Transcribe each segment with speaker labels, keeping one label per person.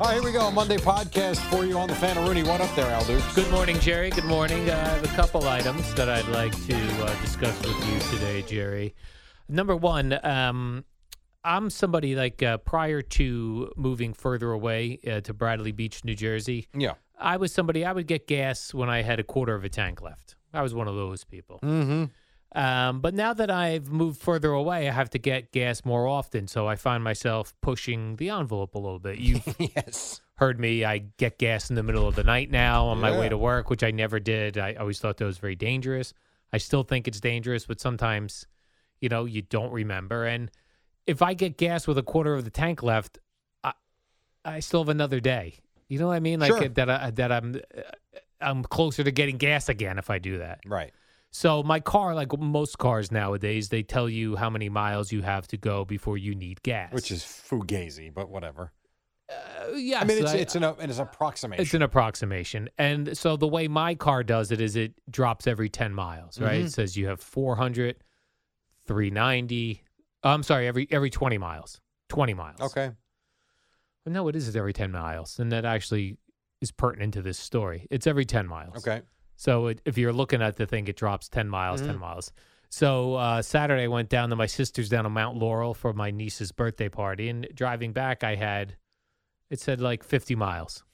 Speaker 1: All right, here we go. Monday podcast for you on the Fan Rooney. What up there, Al Duke?
Speaker 2: Good morning, Jerry. Good morning. Uh, I have a couple items that I'd like to uh, discuss with you today, Jerry. Number one, um, I'm somebody like uh, prior to moving further away uh, to Bradley Beach, New Jersey.
Speaker 3: Yeah.
Speaker 2: I was somebody I would get gas when I had a quarter of a tank left. I was one of those people.
Speaker 3: Mm-hmm.
Speaker 2: Um, but now that I've moved further away, I have to get gas more often. So I find myself pushing the envelope a little bit. You've
Speaker 3: Yes.
Speaker 2: heard me. I get gas in the middle of the night now on my way
Speaker 3: Yeah.
Speaker 2: to work, which I never did. I always thought that was very dangerous. I still think it's dangerous, but sometimes, you know, you don't remember. And if I get gas with a quarter of the tank left, I, I still have another day. You know what I mean? Like
Speaker 3: Sure.
Speaker 2: that. I, that I'm, uh, I'm closer to getting gas again if I do that.
Speaker 3: Right.
Speaker 2: So my car, like most cars nowadays, they tell you how many miles you have to go before you need gas.
Speaker 1: Which is fugazi, but whatever.
Speaker 2: yeah,
Speaker 1: I mean, it's, it's, an, it's an approximation.
Speaker 2: It's an approximation. And so the way my car does it is it drops every 10 miles, right?
Speaker 1: Mm-hmm.
Speaker 2: It says you have 400, 390. I'm sorry, every every 20 miles. 20 miles.
Speaker 1: okay.
Speaker 2: No, it is every 10 miles. And that actually is pertinent to this story. It's every 10 miles.
Speaker 1: Okay.
Speaker 2: So it, if you're looking at the thing, it drops 10 miles, 10 miles. So uh, Saturday, I went down to my sister's down on Mount Laurel for my niece's birthday party. And driving back, I had, it said like 50 miles.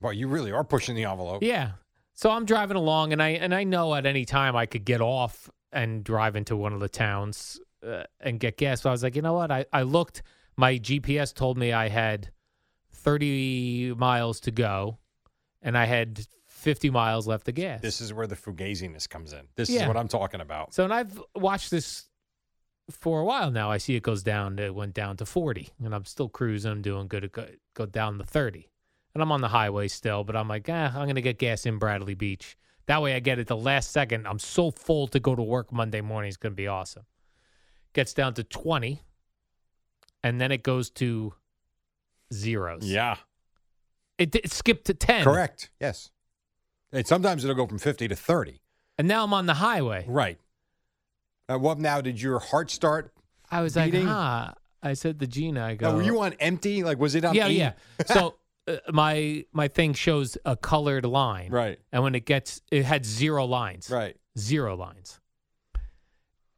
Speaker 1: Well, you really are pushing the envelope.
Speaker 2: Yeah. So I'm driving along, and I and I know at any time I could get off and drive into one of the towns uh, and get gas. So I was like, you know what? I, I looked. My GPS told me I had 30 miles to go, and I had 50 miles left to gas.
Speaker 1: This is where the fugaziness comes in. This
Speaker 2: Yeah.
Speaker 1: is what I'm talking about.
Speaker 2: So, and I've watched this for a while now. I see it goes down. It went down to 40, and I'm still cruising. I'm doing good. It go, go down to 30, and I'm on the highway still. But I'm like, ah, I'm gonna get gas in Bradley Beach. That way, I get it the last second. I'm so full to go to work Monday morning. It's gonna be awesome. Gets down to 20, and then it goes to zeros.
Speaker 1: Yeah.
Speaker 2: it, it skipped to 10.
Speaker 1: Correct. Yes. And sometimes it'll go from 50 to 30.
Speaker 2: And now I'm on the highway.
Speaker 1: Right. Uh, what now? Did your heart start?
Speaker 2: I was
Speaker 1: Beating-
Speaker 2: like, huh. I said to Gina, I go.
Speaker 1: Now, were you on empty? Like, was it on
Speaker 2: yeah,
Speaker 1: E?
Speaker 2: yeah. So uh, my my thing shows a colored line,
Speaker 1: Right.
Speaker 2: And when it gets, it had zero lines,
Speaker 1: Right.
Speaker 2: Zero lines,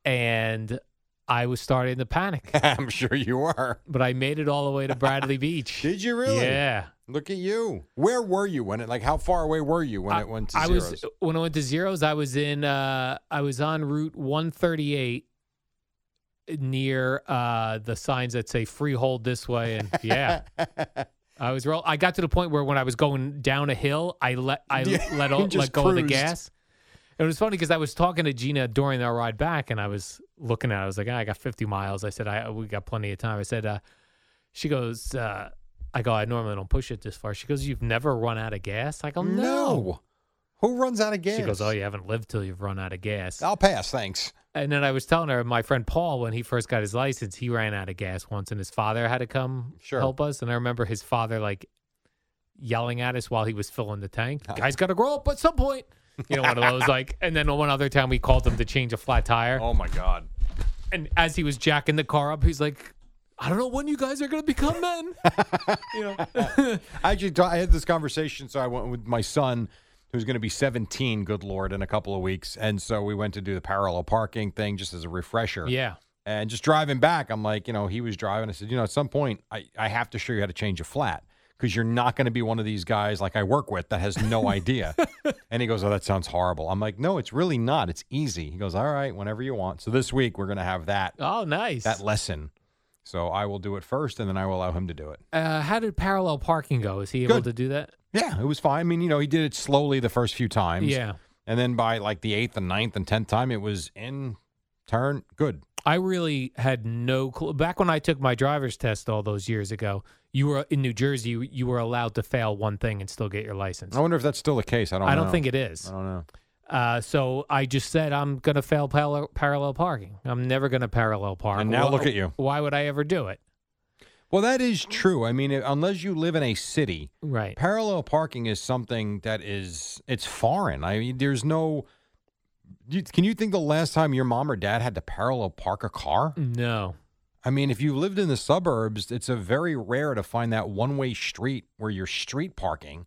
Speaker 2: and I was starting to panic.
Speaker 1: I'm sure you are.
Speaker 2: but I made it all the way to Bradley Beach.
Speaker 1: Did you really?
Speaker 2: Yeah.
Speaker 1: Look at you. Where were you when it? Like, how far away were you when
Speaker 2: I-
Speaker 1: it went to
Speaker 2: I
Speaker 1: zeros?
Speaker 2: was when I went to zeros. I was in. Uh, I was on Route 138 near uh, the signs that say "Freehold this way," and yeah. I was real. I got to the point where when I was going down a hill, I let I
Speaker 1: Yeah,
Speaker 2: let
Speaker 1: you
Speaker 2: all, let
Speaker 1: just
Speaker 2: go of the
Speaker 1: cruised.
Speaker 2: gas. It was funny because I was talking to Gina during our ride back, and I was looking at. it. I was like, "Ah, I got 50 miles. I said, I we got plenty of time. I said, uh, she goes, uh, I go, I normally don't push it this far. She goes, you've never run out of gas. I go,
Speaker 1: No. Who runs out of gas?
Speaker 2: She goes, oh, you haven't lived till you've run out of gas.
Speaker 1: I'll pass, thanks.
Speaker 2: And then I was telling her, my friend Paul, when he first got his license, he ran out of gas once, and his father had to come
Speaker 1: Sure.
Speaker 2: help us. And I remember his father like yelling at us while he was filling the tank. Guys, got to grow up at some point. You know, one of those like. And then one other time, we called him to change a flat tire.
Speaker 1: Oh, my God.
Speaker 2: and as he was jacking the car up, he's like, I don't know when you guys are going to become men. you know,
Speaker 1: I actually ta- I had this conversation, so I went with my son, who's going to be 17, good lord, in a couple of weeks, and so we went to do the parallel parking thing just as a refresher.
Speaker 2: yeah.
Speaker 1: And just driving back, I'm like, you know, he was driving. I said, you know, at some point, I, I have to show you how to change a flat because you're not going to be one of these guys like I work with that has no idea. and he goes, oh, that sounds horrible. I'm like, no, it's really not. It's easy. He goes, all right, whenever you want. So this week we're going to have that
Speaker 2: Oh, nice.
Speaker 1: that lesson. So I will do it first, and then I will allow him to do it.
Speaker 2: uh, how did parallel parking go? Is he able
Speaker 1: Good.
Speaker 2: to do that?
Speaker 1: Yeah, it was fine. I mean, you know, he did it slowly the first few times.
Speaker 2: Yeah.
Speaker 1: And then by like the eighth and ninth and tenth time, it was in turn. Good.
Speaker 2: I really had no clue. Back when I took my driver's test all those years ago, you were in New Jersey. You, you were allowed to fail one thing and still get your license.
Speaker 1: I wonder if that's still the case. I don't
Speaker 2: I
Speaker 1: know.
Speaker 2: don't think it is.
Speaker 1: I don't know.
Speaker 2: Uh, so I just said I'm going to fail parallel, parallel parking. I'm never going to parallel park.
Speaker 1: And now
Speaker 2: Wh-
Speaker 1: look at you.
Speaker 2: Why would I ever do it?
Speaker 1: Well, that is true. I mean, unless you live in a city,
Speaker 2: Right.
Speaker 1: parallel parking is something that is it's foreign. I mean, there's no. you- Can you think the last time your mom or dad had to parallel park a car?
Speaker 2: No.
Speaker 1: I mean, if you lived in the suburbs, it's a very rare to find that one-way street where you're street parking.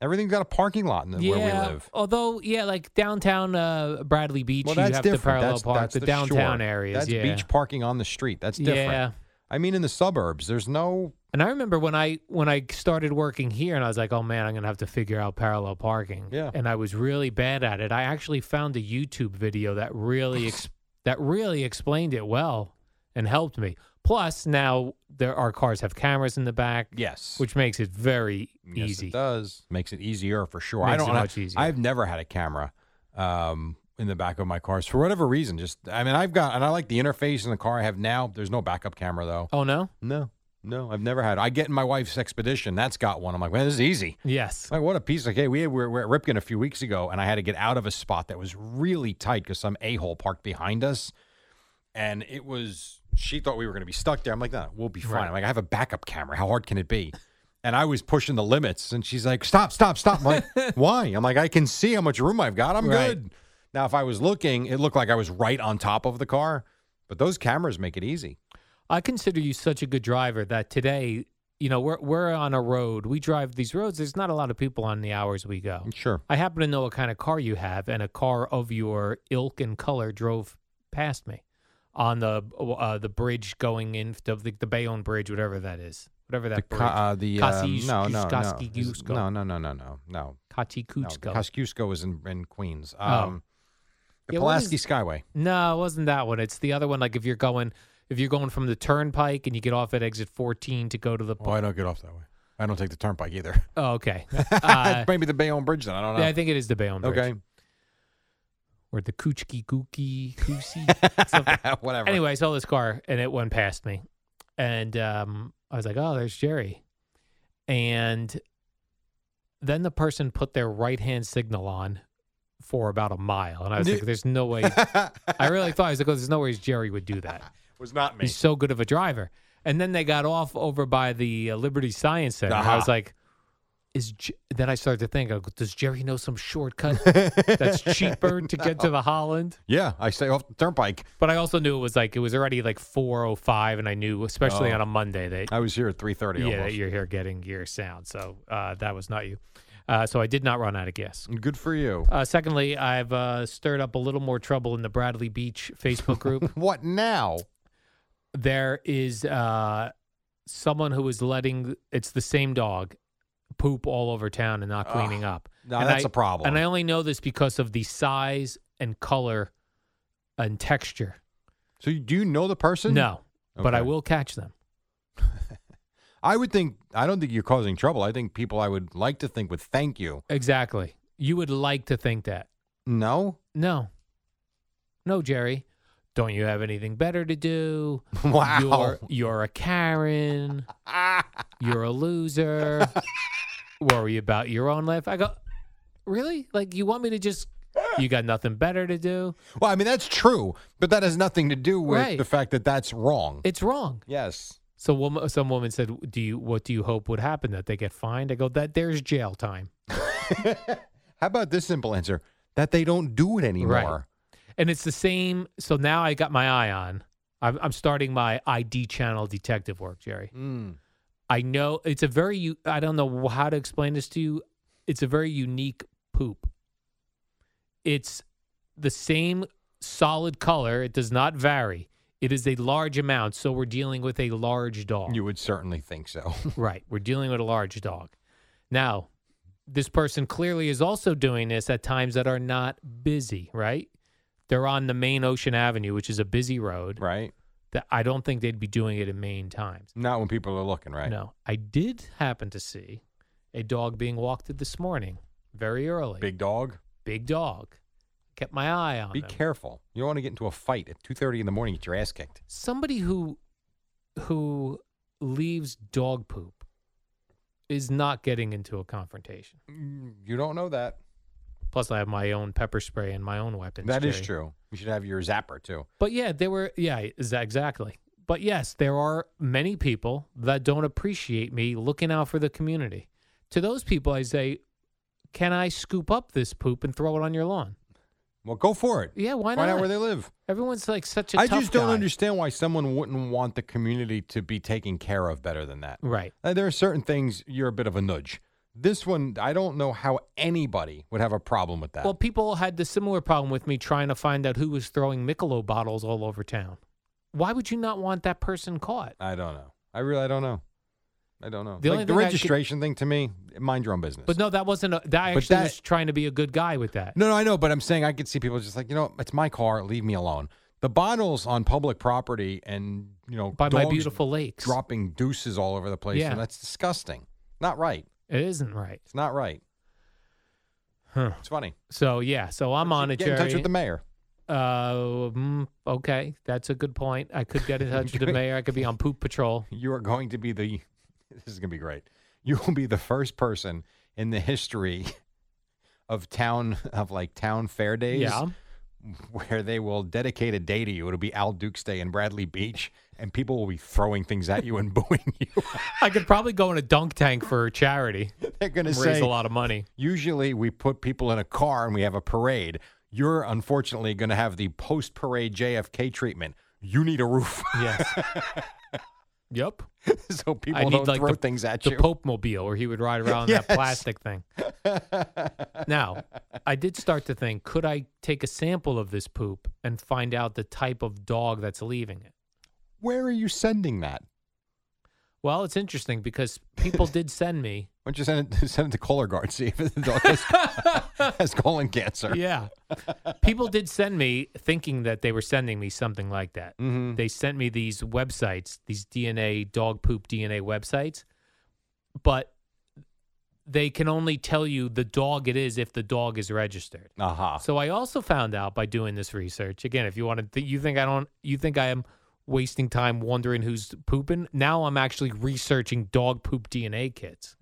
Speaker 1: Everything's got a parking lot in the, where we live.
Speaker 2: Although, yeah, like downtown uh, Bradley Beach,
Speaker 1: Well,
Speaker 2: you
Speaker 1: that's
Speaker 2: have
Speaker 1: different.
Speaker 2: to parallel
Speaker 1: that's,
Speaker 2: park
Speaker 1: that's
Speaker 2: the, downtown
Speaker 1: shore.
Speaker 2: areas.
Speaker 1: That's
Speaker 2: yeah.
Speaker 1: beach parking on the street. That's different.
Speaker 2: Yeah.
Speaker 1: I mean, in the suburbs, there's no.
Speaker 2: And I remember when I when I started working here, and I was like, "Oh man, I'm gonna have to figure out parallel parking."
Speaker 1: Yeah.
Speaker 2: And I was really bad at it. I actually found a YouTube video that really ex- that really explained it well and helped me. Plus, now there our cars have cameras in the back,
Speaker 1: Yes.
Speaker 2: which makes it very
Speaker 1: Yes,
Speaker 2: easy.
Speaker 1: it does makes it easier for sure. I
Speaker 2: Makes
Speaker 1: don't.
Speaker 2: it
Speaker 1: know-
Speaker 2: much easier.
Speaker 1: I've never had a camera um, in the back of my cars for whatever reason. Just I mean, I've got and I like the interface in the car I have now. There's no backup camera though.
Speaker 2: Oh no?
Speaker 1: No, no, I've never had. I get in my wife's Expedition. That's got one. I'm like, man, this is easy.
Speaker 2: Yes.
Speaker 1: Like, what a piece of cake. We, had, we were at Ripken a few weeks ago, and I had to get out of a spot that was really tight because some a hole parked behind us. And it was, she thought we were going to be stuck there. I'm like, no, we'll be fine.
Speaker 2: Right.
Speaker 1: I'm like, I have a backup camera. How hard can it be? And I was pushing the limits, and she's like, stop, stop, stop. I'm like, why? I'm like, I can see how much room I've got. I'm
Speaker 2: Right.
Speaker 1: good. Now, if I was looking, it looked like I was right on top of the car, but those cameras make it easy.
Speaker 2: I consider you such a good driver that today, you know, we're we're on a road. We drive these roads. There's not a lot of people on the hours we go.
Speaker 1: Sure.
Speaker 2: I happen to know what kind of car you have, and a car of your ilk and color drove past me on the uh, the bridge going in to the, the Bayonne Bridge, whatever that is, whatever that
Speaker 1: the
Speaker 2: bridge.
Speaker 1: ca- uh, the um,
Speaker 2: Kosciusz-
Speaker 1: no no no
Speaker 2: Kosciuszko.
Speaker 1: no no no no no no no
Speaker 2: Kachikusko.
Speaker 1: Kosciuszko is in, in Queens.
Speaker 2: Oh.
Speaker 1: Um, the
Speaker 2: Yeah, what
Speaker 1: Pulaski
Speaker 2: is-
Speaker 1: Skyway.
Speaker 2: No, it wasn't that one. It's the other one. Like if you're going if you're going from the turnpike and you get off at exit 14 to go to the.
Speaker 1: Oh, I don't get off that way. I don't take the turnpike either.
Speaker 2: Oh, okay. Uh,
Speaker 1: Maybe the Bayonne Bridge. Then I don't know.
Speaker 2: yeah, I think it is the Bayonne Bridge.
Speaker 1: okay,
Speaker 2: Or the Kuchki Gookie Koosie. something.
Speaker 1: whatever.
Speaker 2: Anyway, I saw this car and it went past me. And um, I was like, oh, there's Jerry. And then the person put their right hand signal on for about a mile. And I was like, there's no way. I really thought, I was like, oh, there's no way Jerry would do that.
Speaker 1: was not me.
Speaker 2: He's so good of a driver. And then they got off over by the uh, Liberty Science Center. I was
Speaker 1: Uh-huh.
Speaker 2: like, is J-? then I started to think, I go, does Jerry know some shortcut that's cheaper to get to the Holland?
Speaker 1: Yeah, I stay off the turnpike.
Speaker 2: But I also knew it was like it was already like four oh five, and I knew, especially
Speaker 1: Oh.
Speaker 2: on a Monday, that
Speaker 1: I was here at three thirty.
Speaker 2: yeah, that you're here getting your sound. So uh, that was not you. Uh, so I did not run out of gas.
Speaker 1: Good for you.
Speaker 2: Uh, secondly, I've uh, stirred up a little more trouble in the Bradley Beach Facebook group.
Speaker 1: What now?
Speaker 2: there is uh, someone who is letting it's the same dog poop all over town and not cleaning up.
Speaker 1: Now
Speaker 2: And
Speaker 1: that's
Speaker 2: I-
Speaker 1: a problem.
Speaker 2: And I only know this because of the size and color and texture.
Speaker 1: so you- do you know the person?
Speaker 2: No, but I
Speaker 1: Okay.
Speaker 2: will catch them.
Speaker 1: I would think. I don't think you're causing trouble. I think people I would like to think would thank you.
Speaker 2: Exactly. You would like to think that.
Speaker 1: No.
Speaker 2: No. No, Jerry. Don't you have anything better to do?
Speaker 1: Wow.
Speaker 2: You're, you're a Karen. you're a loser. Worry about your own life. I go, really? Like, you want me to just, you got nothing better to do?
Speaker 1: Well, I mean that's true, but that has nothing to do with
Speaker 2: Right.
Speaker 1: the fact that that's wrong.
Speaker 2: It's wrong.
Speaker 1: yes.
Speaker 2: So woman, some woman said, "Do you what do you hope would happen that they get fined?" I go, "That there's jail time."
Speaker 1: How about this simple answer? That they don't do it anymore.
Speaker 2: And it's the same. So now I got my eye on I'm, I'm starting my ID channel detective work, Jerry.
Speaker 1: Mm.
Speaker 2: I know it's a very, u- I don't know how to explain this to you. It's a very unique poop. It's the same solid color, it does not vary. It is a large amount, so we're dealing with a large dog.
Speaker 1: You would certainly think so.
Speaker 2: Right. We're dealing with a large dog. Now, this person clearly is also doing this at times that are not busy, right? They're on the main Ocean Avenue, which is a busy road.
Speaker 1: right?
Speaker 2: That I don't think they'd be doing it in main times.
Speaker 1: Not when people are looking, right?
Speaker 2: No. I did happen to see a dog being walked this morning, very early.
Speaker 1: Big dog.
Speaker 2: Big dog. Kept my eye on
Speaker 1: Be
Speaker 2: them.
Speaker 1: careful. You don't want to get into a fight at 2:30 in the morning. Get your ass kicked.
Speaker 2: Somebody who who leaves dog poop is not getting into a confrontation.
Speaker 1: You don't know that.
Speaker 2: Plus, I have my own pepper spray and my own weapons.
Speaker 1: That is
Speaker 2: Jerry.
Speaker 1: true. You should have your zapper too.
Speaker 2: But yeah, there were, yeah, exa- exactly. But yes, there are many people that don't appreciate me looking out for the community. To those people, I say, can I scoop up this poop and throw it on your lawn?
Speaker 1: Well, go for it.
Speaker 2: Yeah, why
Speaker 1: Find
Speaker 2: not?
Speaker 1: out where they live.
Speaker 2: Everyone's like such a
Speaker 1: I
Speaker 2: tough
Speaker 1: just don't
Speaker 2: guy.
Speaker 1: understand why someone wouldn't want the community to be taken care of better than that.
Speaker 2: Right.
Speaker 1: Uh, There are certain things you're a bit of a nudge. This one, I don't know how anybody would have a problem with that.
Speaker 2: Well, people had the similar problem with me trying to find out who was throwing Michelob bottles all over town. Why would you not want that person caught?
Speaker 1: I don't know. I really, I don't know. I don't know.
Speaker 2: The
Speaker 1: like
Speaker 2: only
Speaker 1: the
Speaker 2: thing I could-
Speaker 1: registration thing to me, mind your own business.
Speaker 2: But no, that wasn't. A, that I
Speaker 1: But
Speaker 2: actually
Speaker 1: that-
Speaker 2: was trying to be a good guy with that.
Speaker 1: No, no, I know, but I'm saying I could see people just like, you know, it's my car, leave me alone. The bottles on public property and, you know,
Speaker 2: by my
Speaker 1: dogs
Speaker 2: beautiful lakes.
Speaker 1: dropping deuces all over the place.
Speaker 2: Yeah.
Speaker 1: And that's disgusting. Not right.
Speaker 2: It isn't right.
Speaker 1: It's not right.
Speaker 2: Huh.
Speaker 1: It's funny.
Speaker 2: So yeah, so I'm on it,
Speaker 1: Get in touch
Speaker 2: Jerry.
Speaker 1: with the mayor.
Speaker 2: uh, mm, okay, that's a good point. I could get in touch with the mayor. I could be on poop patrol.
Speaker 1: You are going to be the, this is going to be great. You will be the first person in the history of town, of like town fair days.
Speaker 2: Yeah,
Speaker 1: where they will dedicate a day to you. It'll be Al Duke's Day in Bradley Beach, and people will be throwing things at you and booing you.
Speaker 2: I could probably go in a dunk tank for charity.
Speaker 1: They're going to
Speaker 2: Raise
Speaker 1: say,
Speaker 2: a lot of money.
Speaker 1: usually we put people in a car and we have a parade. You're unfortunately going to have the post parade JFK treatment. You need a roof,
Speaker 2: Yes. yep.
Speaker 1: so people
Speaker 2: I need,
Speaker 1: don't
Speaker 2: like,
Speaker 1: throw
Speaker 2: the-
Speaker 1: things at
Speaker 2: The
Speaker 1: you.
Speaker 2: Pope mobile, where he would ride around in that
Speaker 1: Yes.
Speaker 2: plastic thing. now, I did start to think: could I take a sample of this poop and find out the type of dog that's leaving it?
Speaker 1: Where are you sending that?
Speaker 2: Well, it's interesting because people did send me.
Speaker 1: Why don't you send it, send it to Kohler Guard, see if the dog has, has colon cancer.
Speaker 2: Yeah. People did send me thinking that they were sending me something like that.
Speaker 1: Mhm.
Speaker 2: They sent me these websites, these DNA, dog poop DNA websites, but they can only tell you the dog it is if the dog is registered.
Speaker 1: Aha.
Speaker 2: So I also found out by doing this research. Again, if you want to, th- you think I don't, you think I am wasting time wondering who's pooping. Now I'm actually researching dog poop DNA kits.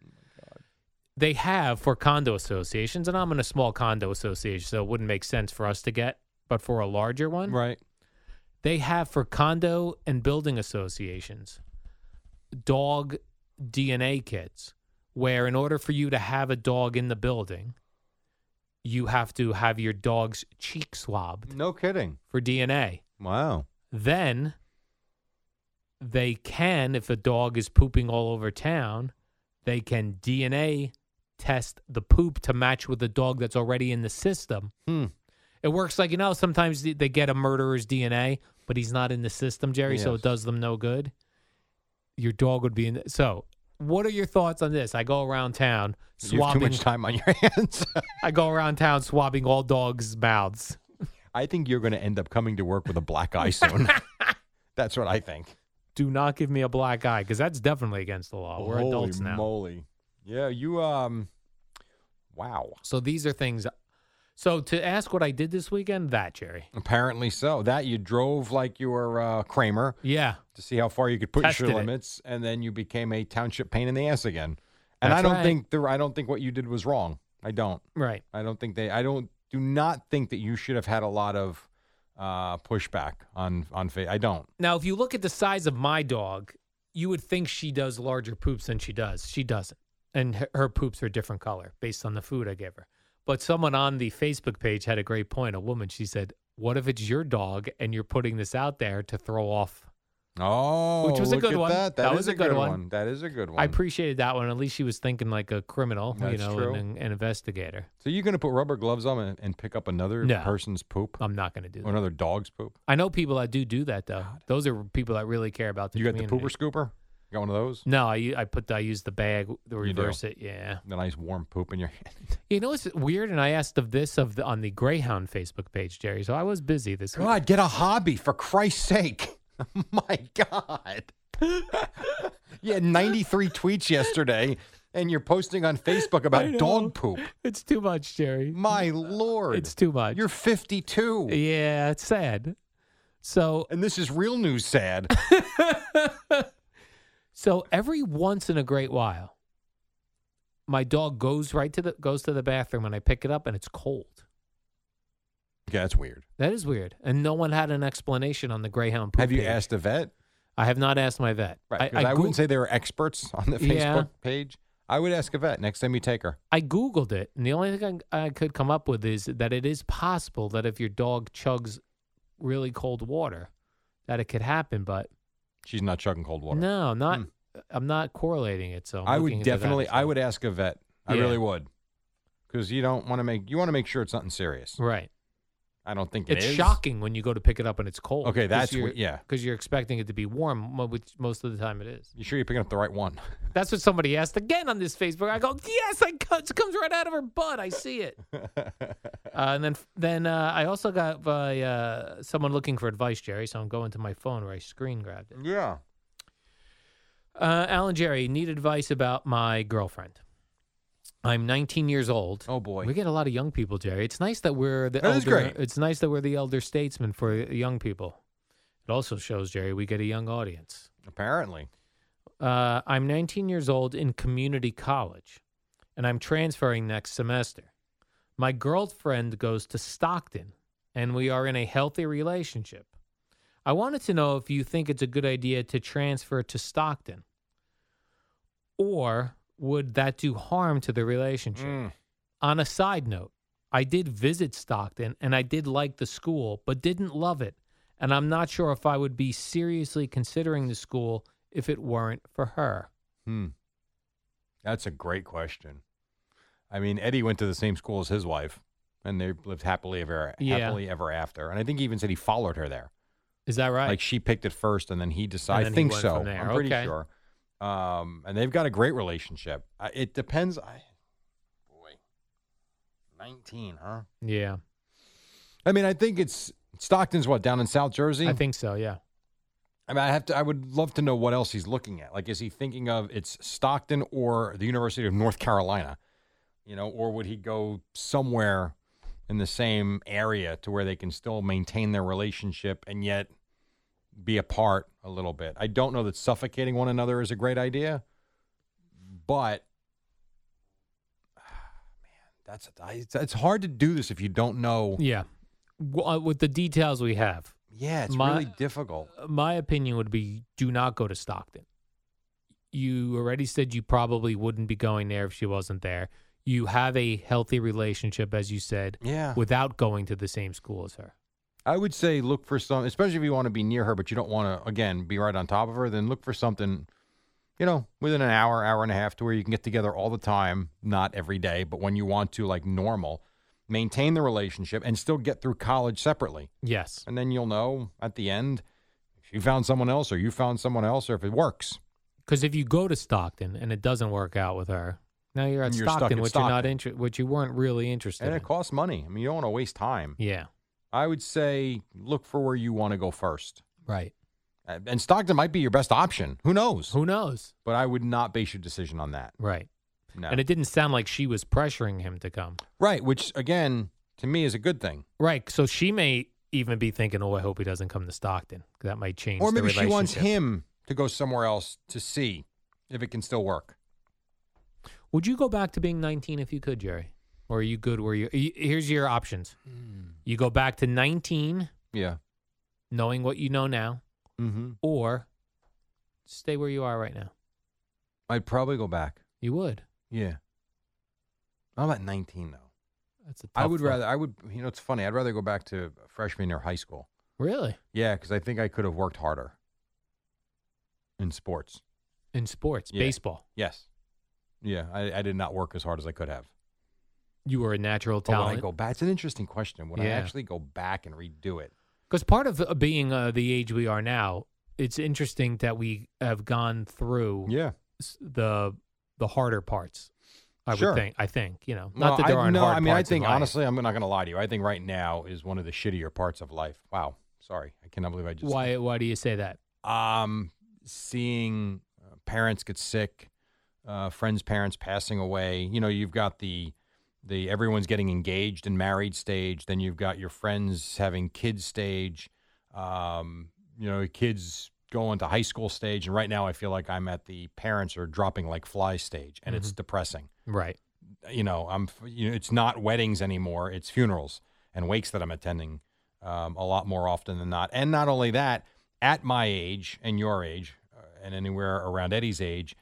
Speaker 2: They have for condo associations, and I'm in a small condo association, so it wouldn't make sense for us to get. But for a larger one,
Speaker 1: Right.
Speaker 2: they have for condo and building associations dog DNA kits, where in order for you to have a dog in the building, you have to have your dog's cheek swabbed
Speaker 1: No kidding.
Speaker 2: for DNA.
Speaker 1: Wow.
Speaker 2: Then they can, if a dog is pooping all over town, they can DNA test the poop to match with the dog that's already in the system.
Speaker 1: Hmm.
Speaker 2: It works like you know. Sometimes they- they get a murderer's DNA, but he's not in the system, Jerry. So
Speaker 1: Yes.
Speaker 2: it does them no good. Your dog would be in. so, what are your thoughts on this? I go around town
Speaker 1: You have too
Speaker 2: swabbing.
Speaker 1: much time on your hands.
Speaker 2: I go around town swabbing all dogs' mouths.
Speaker 1: I think you're going to end up coming to work with a black eye soon. That's what I think.
Speaker 2: Do not give me a black eye because that's definitely against the law. We're
Speaker 1: Holy
Speaker 2: adults now.
Speaker 1: Moly. Yeah, you um wow.
Speaker 2: So these are things. So to ask what I did this weekend, that Jerry.
Speaker 1: Apparently so. That you drove like you were uh, Kramer
Speaker 2: Yeah,
Speaker 1: to see how far you could push
Speaker 2: Tested
Speaker 1: your
Speaker 2: it.
Speaker 1: limits and then you became a township pain in the ass again. And I
Speaker 2: That's
Speaker 1: don't
Speaker 2: right.
Speaker 1: think there I don't think what you did was wrong. I don't.
Speaker 2: right.
Speaker 1: I don't think they I don't do not think that you should have had a lot of uh pushback on on fa- I don't.
Speaker 2: Now, if you look at the size of my dog, you would think she does larger poops than she does. She doesn't. And her, her poops are different color based on the food I give her. But someone on the Facebook page had a great point. A woman, she said, What if it's your dog and you're putting this out there to throw off?
Speaker 1: Oh,
Speaker 2: Which was a
Speaker 1: look
Speaker 2: good
Speaker 1: at
Speaker 2: one.
Speaker 1: That,
Speaker 2: That
Speaker 1: is
Speaker 2: was
Speaker 1: a,
Speaker 2: a good one.
Speaker 1: That is a good one.
Speaker 2: I appreciated that one. At least she was thinking like a criminal, you
Speaker 1: That's
Speaker 2: know,
Speaker 1: true.
Speaker 2: and an, an investigator.
Speaker 1: so you're going to put rubber gloves on and, and pick up another
Speaker 2: No.
Speaker 1: person's poop
Speaker 2: I'm not going to do
Speaker 1: or
Speaker 2: that.
Speaker 1: another dog's poop?
Speaker 2: I know people that do do that though. Those are people that really care about the
Speaker 1: you got the
Speaker 2: community.
Speaker 1: pooper scooper? You got one of those?
Speaker 2: No, I u- I put I use the bag to
Speaker 1: You do.
Speaker 2: reverse it. Yeah.
Speaker 1: The nice warm poop in your hand.
Speaker 2: You know what's weird? And I asked of this of the, on the Greyhound Facebook page, Jerry. So I was busy this week.
Speaker 1: God, get a hobby for Christ's sake. My God. you had 93 tweets yesterday, and you're posting on Facebook about dog poop.
Speaker 2: It's too much, Jerry.
Speaker 1: My Lord.
Speaker 2: It's too much.
Speaker 1: You're 52.
Speaker 2: yeah, it's sad. So
Speaker 1: And this is real news sad.
Speaker 2: so every once in a great while, my dog goes right to the goes to the bathroom, and I pick it up, and it's cold.
Speaker 1: yeah, that's weird.
Speaker 2: That is weird, and no one had an explanation on the Greyhound. Poop
Speaker 1: Have you
Speaker 2: page.
Speaker 1: asked a vet?
Speaker 2: I have not asked my vet.
Speaker 1: Right. 'cause
Speaker 2: I,
Speaker 1: I,
Speaker 2: I,
Speaker 1: wouldn't
Speaker 2: goo-
Speaker 1: say they were experts on the Facebook
Speaker 2: Yeah.
Speaker 1: page. I would ask a vet next time you take her.
Speaker 2: I googled it, and the only thing I, I could come up with is that it is possible that if your dog chugs really cold water, that it could happen. But
Speaker 1: She's not chugging cold water. Hmm.
Speaker 2: no, not. I'm not correlating it. So I'm
Speaker 1: I
Speaker 2: looking
Speaker 1: would
Speaker 2: into that
Speaker 1: definitely.
Speaker 2: as
Speaker 1: I
Speaker 2: well.
Speaker 1: would ask a vet. I
Speaker 2: Yeah.
Speaker 1: really would, because you don't want to make. You want to make sure it's nothing serious.
Speaker 2: Right.
Speaker 1: I don't think it
Speaker 2: It's
Speaker 1: is.
Speaker 2: shocking when you go to pick it up and it's cold.
Speaker 1: Okay, that's wh- yeah.
Speaker 2: Because you're expecting it to be warm, mo- which most of the time it is.
Speaker 1: You sure you're picking up the right one?
Speaker 2: That's what somebody asked again on this Facebook. I go, yes, I co- it comes right out of her butt. I see it. uh, and then, then uh, I also got uh, uh, someone looking for advice, Jerry. So I'm going to my phone where I screen grabbed it.
Speaker 1: Yeah.
Speaker 2: Uh, Alan Jerry, need advice about my girlfriend. I'm 19 years old.
Speaker 1: Oh, boy.
Speaker 2: we get a lot of young people, Jerry. It's nice that we're the
Speaker 1: That
Speaker 2: elder.
Speaker 1: is great.
Speaker 2: It's nice that we're the elder statesman for young people. It also shows, Jerry, we get a young audience.
Speaker 1: Apparently.
Speaker 2: Uh, I'm 19 years old in community college, and I'm transferring next semester. My girlfriend goes to Stockton, and we are in a healthy relationship. I wanted to know if you think it's a good idea to transfer to Stockton, or would that do harm to the relationship?
Speaker 1: Mm.
Speaker 2: On a side note, I did visit Stockton and I did like the school, but didn't love it. And I'm not sure if I would be seriously considering the school if it weren't for her.
Speaker 1: Hmm. That's a great question. I mean, Eddie went to the same school as his wife, and they lived happily ever
Speaker 2: Yeah.
Speaker 1: happily ever after. And I think he even said he followed her there.
Speaker 2: Is that right?
Speaker 1: Like she picked it first, and then he decided.
Speaker 2: then
Speaker 1: I
Speaker 2: he
Speaker 1: think
Speaker 2: went
Speaker 1: so.
Speaker 2: from there.
Speaker 1: I'm pretty
Speaker 2: Okay.
Speaker 1: sure. Um, and they've got a great relationship. I, it depends. I, boy, nineteen, huh?
Speaker 2: yeah,
Speaker 1: I mean, I think it's Stockton's what down in South Jersey.
Speaker 2: I think so. Yeah.
Speaker 1: I mean, I have to. I would love to know what else he's looking at. Like, is he thinking of it's Stockton or the University of North Carolina? You know, or would he go somewhere in the same area to where they can still maintain their relationship and yet be apart a little bit? I don't know that suffocating one another is a great idea, but ah, man, that's I, it's, it's hard to do this if you don't know.
Speaker 2: Yeah. W- uh, With the details we have,
Speaker 1: Yeah, it's
Speaker 2: My-
Speaker 1: really difficult.
Speaker 2: my opinion would be do not go to Stockton. You already said you probably wouldn't be going there if she wasn't there. You have a healthy relationship, as you said,
Speaker 1: Yeah.
Speaker 2: without going to the same school as her.
Speaker 1: I would say look for some, especially if you want to be near her, but you don't want to, again, be right on top of her, then look for something, you know, within an hour, hour and a half to where you can get together all the time, not every day, but when you want to, like normal, maintain the relationship and still get through college separately.
Speaker 2: Yes.
Speaker 1: And then you'll know at the end if you found someone else or you found someone else or if it works.
Speaker 2: Because if you go to Stockton and it doesn't work out with her, now you're at
Speaker 1: You're stuck
Speaker 2: Stockton,
Speaker 1: at
Speaker 2: which you're not
Speaker 1: Stockton.
Speaker 2: inter- which you weren't really interested
Speaker 1: And
Speaker 2: in.
Speaker 1: it costs money. I mean, you don't want to waste time.
Speaker 2: yeah,
Speaker 1: I would say look for where you want to go first.
Speaker 2: right.
Speaker 1: Uh, And Stockton might be your best option. Who knows?
Speaker 2: Who knows?
Speaker 1: But I would not base your decision on that.
Speaker 2: Right.
Speaker 1: No.
Speaker 2: And it didn't sound like she was pressuring him to come.
Speaker 1: Right, which again to me is a good thing.
Speaker 2: Right. So she may even be thinking, "Oh, I hope he doesn't come to Stockton. 'cause That might change."
Speaker 1: or
Speaker 2: the
Speaker 1: maybe she wants
Speaker 2: relationship."
Speaker 1: him to go somewhere else to see if it can still work.
Speaker 2: Would you go back to being 19 if you could, Jerry? Or are you good where you? y- Here's your options. You go back to 19,
Speaker 1: Yeah.
Speaker 2: knowing what you know now,
Speaker 1: Mm-hmm.
Speaker 2: or stay where you are right now.
Speaker 1: I'd probably go back.
Speaker 2: You would.
Speaker 1: Yeah. I'm at 19 though.
Speaker 2: That's a tough
Speaker 1: I would
Speaker 2: one.
Speaker 1: rather. I would. You know, it's funny. I'd rather go back to freshman or high school.
Speaker 2: Really?
Speaker 1: Yeah, because I think I could have worked harder in sports.
Speaker 2: In sports,
Speaker 1: Yeah.
Speaker 2: baseball.
Speaker 1: Yes. Yeah, I, I did not work as hard as I could have.
Speaker 2: You were a natural
Speaker 1: But Oh, when I
Speaker 2: talent.
Speaker 1: go back, it's an interesting question. When I
Speaker 2: Yeah.
Speaker 1: actually go back and redo it,
Speaker 2: Because part of uh, being uh, the age we are now, it's interesting that we have gone through
Speaker 1: yeah,
Speaker 2: s- the the harder parts. I
Speaker 1: Sure.
Speaker 2: would think. I think you know,
Speaker 1: Well,
Speaker 2: not that there
Speaker 1: I,
Speaker 2: aren't
Speaker 1: no,
Speaker 2: hard
Speaker 1: I mean, I
Speaker 2: parts in
Speaker 1: think
Speaker 2: life.
Speaker 1: honestly, I'm not going to lie to you. I think right now is one of the shittier parts of life. Wow, sorry, I cannot believe I just
Speaker 2: Why? Why do you say that?
Speaker 1: um seeing uh, parents get sick, uh, friends' parents passing away. You know, you've got the the everyone's getting engaged and married stage. Then you've got your friends having kids stage. Um, you know, kids going to high school stage. And right now, I feel like I'm at the parents are dropping like flies stage, and
Speaker 2: Mm-hmm.
Speaker 1: it's depressing
Speaker 2: Right.
Speaker 1: you know, I'm you know, it's not weddings anymore; it's funerals and wakes that I'm attending um, a lot more often than not. And not only that, at my age and your age, uh, and anywhere around Eddie's age,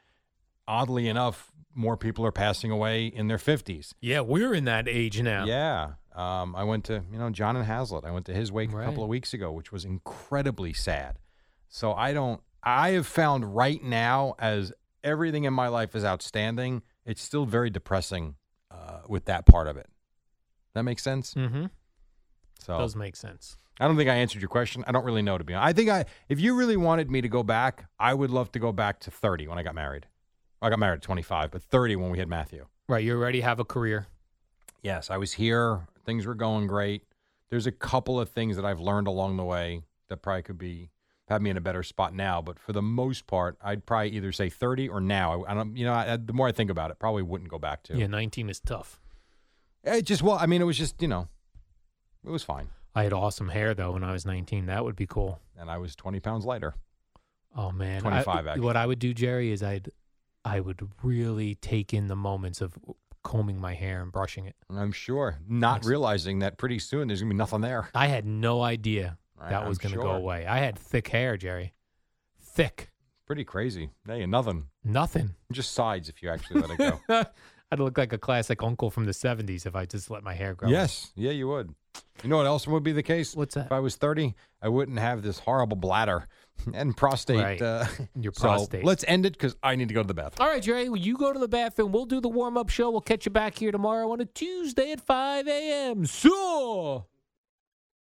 Speaker 1: oddly enough, more people are passing away in their fifties.
Speaker 2: Yeah, we're in that age now.
Speaker 1: Yeah, um, I went to you know John and Hazlitt. I went to his wake a
Speaker 2: Right.
Speaker 1: couple of weeks ago, which was incredibly sad. So I don't. I have found right now, as everything in my life is outstanding, it's still very depressing uh, with that part of it. That makes sense.
Speaker 2: Mm-hmm.
Speaker 1: So
Speaker 2: Does make sense.
Speaker 1: I don't think I answered your question. I don't really know to be honest. I think I, if you really wanted me to go back, I would love to go back to thirty when I got married. I got married at twenty five, but thirty when we had Matthew.
Speaker 2: Right. You already have a career.
Speaker 1: Yes, I was here. Things were going great. There's a couple of things that I've learned along the way that probably could be have me in a better spot now. But for the most part, I'd probably either say 30 or now. I, I don't, you know, I, the more I think about it, probably wouldn't go back to.
Speaker 2: Yeah, 19 is tough.
Speaker 1: It just well, I mean, it was just you know, it was fine,
Speaker 2: I had awesome hair though when I was 19. That would be cool.
Speaker 1: and I was 20 pounds lighter.
Speaker 2: Oh man, I-
Speaker 1: 25 actually.
Speaker 2: What I would do, Jerry, is I'd I would really take in the moments of combing my hair and brushing it.
Speaker 1: I'm sure, not realizing that pretty soon there's gonna be nothing there.
Speaker 2: I had no idea
Speaker 1: I-
Speaker 2: that was
Speaker 1: I'm
Speaker 2: going to go
Speaker 1: sure.
Speaker 2: away. I had thick hair, Jerry. Thick,
Speaker 1: Pretty crazy. Hey, nothing.
Speaker 2: nothing.
Speaker 1: Just sides if you actually let it go.
Speaker 2: I'd look like a classic uncle from the 70s if I just let my hair grow.
Speaker 1: Yes, yeah, you would. You know what else would be the case?
Speaker 2: What's that?
Speaker 1: If I was thirty, I wouldn't have this horrible bladder and prostate.
Speaker 2: Right.
Speaker 1: Uh,
Speaker 2: Your
Speaker 1: so
Speaker 2: prostate.
Speaker 1: let's end it because I need to go to the bathroom.
Speaker 2: All right, Jerry, you go to the bathroom. We'll do the warm up show. We'll catch you back here tomorrow on a Tuesday at 5 a.m. So.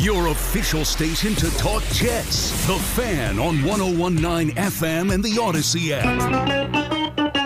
Speaker 4: Your official station to talk Jets. The Fan on 1019 FM and the Odyssey app.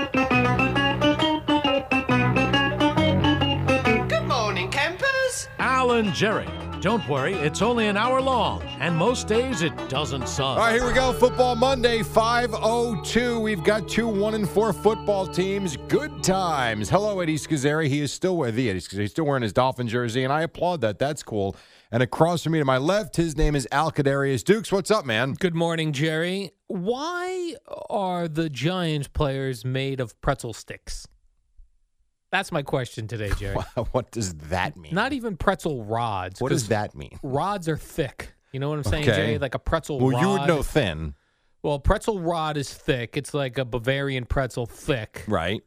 Speaker 5: Good morning, campers.
Speaker 6: Alan Jerry. Don't worry, it's only an hour long, and most days it doesn't suck.
Speaker 1: All right, here we go. Football Monday, 502. We've got two one and four football teams. Good times. Hello, Eddie Scazzeri. He is still with the Eddie Scazzeri. He's still wearing his Dolphin jersey, and I applaud that. That's cool. And across from me to my left, his name is Al Kadarius Dukes. What's up, man?
Speaker 2: Good morning, Jerry. Why are the Giants players made of pretzel sticks? That's my question today, Jerry.
Speaker 1: what does that mean?
Speaker 2: Not even pretzel rods.
Speaker 1: What does
Speaker 2: 'cause
Speaker 1: that mean?
Speaker 2: Rods are thick. You know what I'm saying,
Speaker 1: Okay.
Speaker 2: Jerry? Like a pretzel
Speaker 1: Well,
Speaker 2: rod.
Speaker 1: you would know thin,
Speaker 2: Well, pretzel rod is thick. It's like a Bavarian pretzel thick.
Speaker 1: right?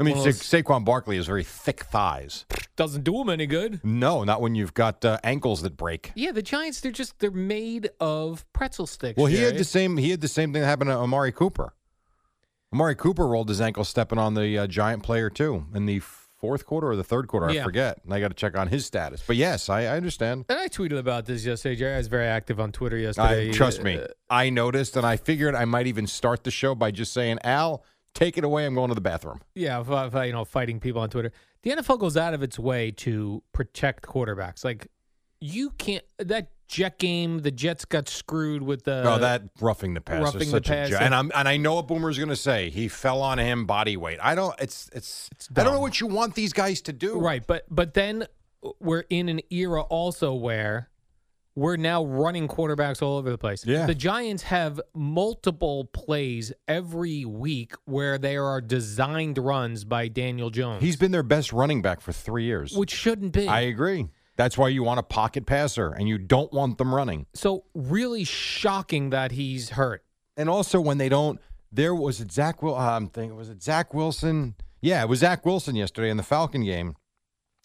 Speaker 1: I mean,
Speaker 2: Well,
Speaker 1: Sa-
Speaker 2: it's-
Speaker 1: Saquon Barkley has very thick thighs.
Speaker 2: Doesn't do them any good.
Speaker 1: No, not when you've got uh, ankles that break.
Speaker 2: Yeah, the Giants, they're just, they're made of pretzel sticks.
Speaker 1: Well, he
Speaker 2: Jerry.
Speaker 1: had the same. He had the same thing that happened to Amari Cooper. Amari Cooper rolled his ankle stepping on the uh, giant player too in the fourth quarter or the third quarter.
Speaker 2: Yeah.
Speaker 1: I forget, and I got to check on his status. But yes, I, I understand.
Speaker 2: And I tweeted about this yesterday, Jerry. I was very active on Twitter yesterday.
Speaker 1: I, trust me,
Speaker 2: Uh,
Speaker 1: I noticed, and I figured I might even start the show by just saying, "Al, take it away. I'm going to the bathroom."
Speaker 2: Yeah, if I- if I, you know, fighting people on Twitter. The NFL goes out of its way to protect quarterbacks. Like you can't that Jet game, the Jets got screwed with the.
Speaker 1: oh, that roughing the pass
Speaker 2: Uh, roughing
Speaker 1: was
Speaker 2: the
Speaker 1: such a
Speaker 2: pass.
Speaker 1: jo- and I'm and I know what Boomer's going to say. He fell on him body weight. I don't. It's it's. I don't know what you want these guys to do.
Speaker 2: Right, but but then we're in an era also where we're now running quarterbacks all over the place.
Speaker 1: Yeah.
Speaker 2: The Giants have multiple plays every week where there are designed runs by Daniel Jones.
Speaker 1: He's been their best running back for three years.
Speaker 2: which shouldn't be.
Speaker 1: I agree. That's why you want a pocket passer, and you don't want them running.
Speaker 2: so really shocking that he's hurt.
Speaker 1: And also when they don't, there was it Zach. Will I'm thinking was it Zach Wilson? Yeah, it was Zach Wilson yesterday in the Falcon game,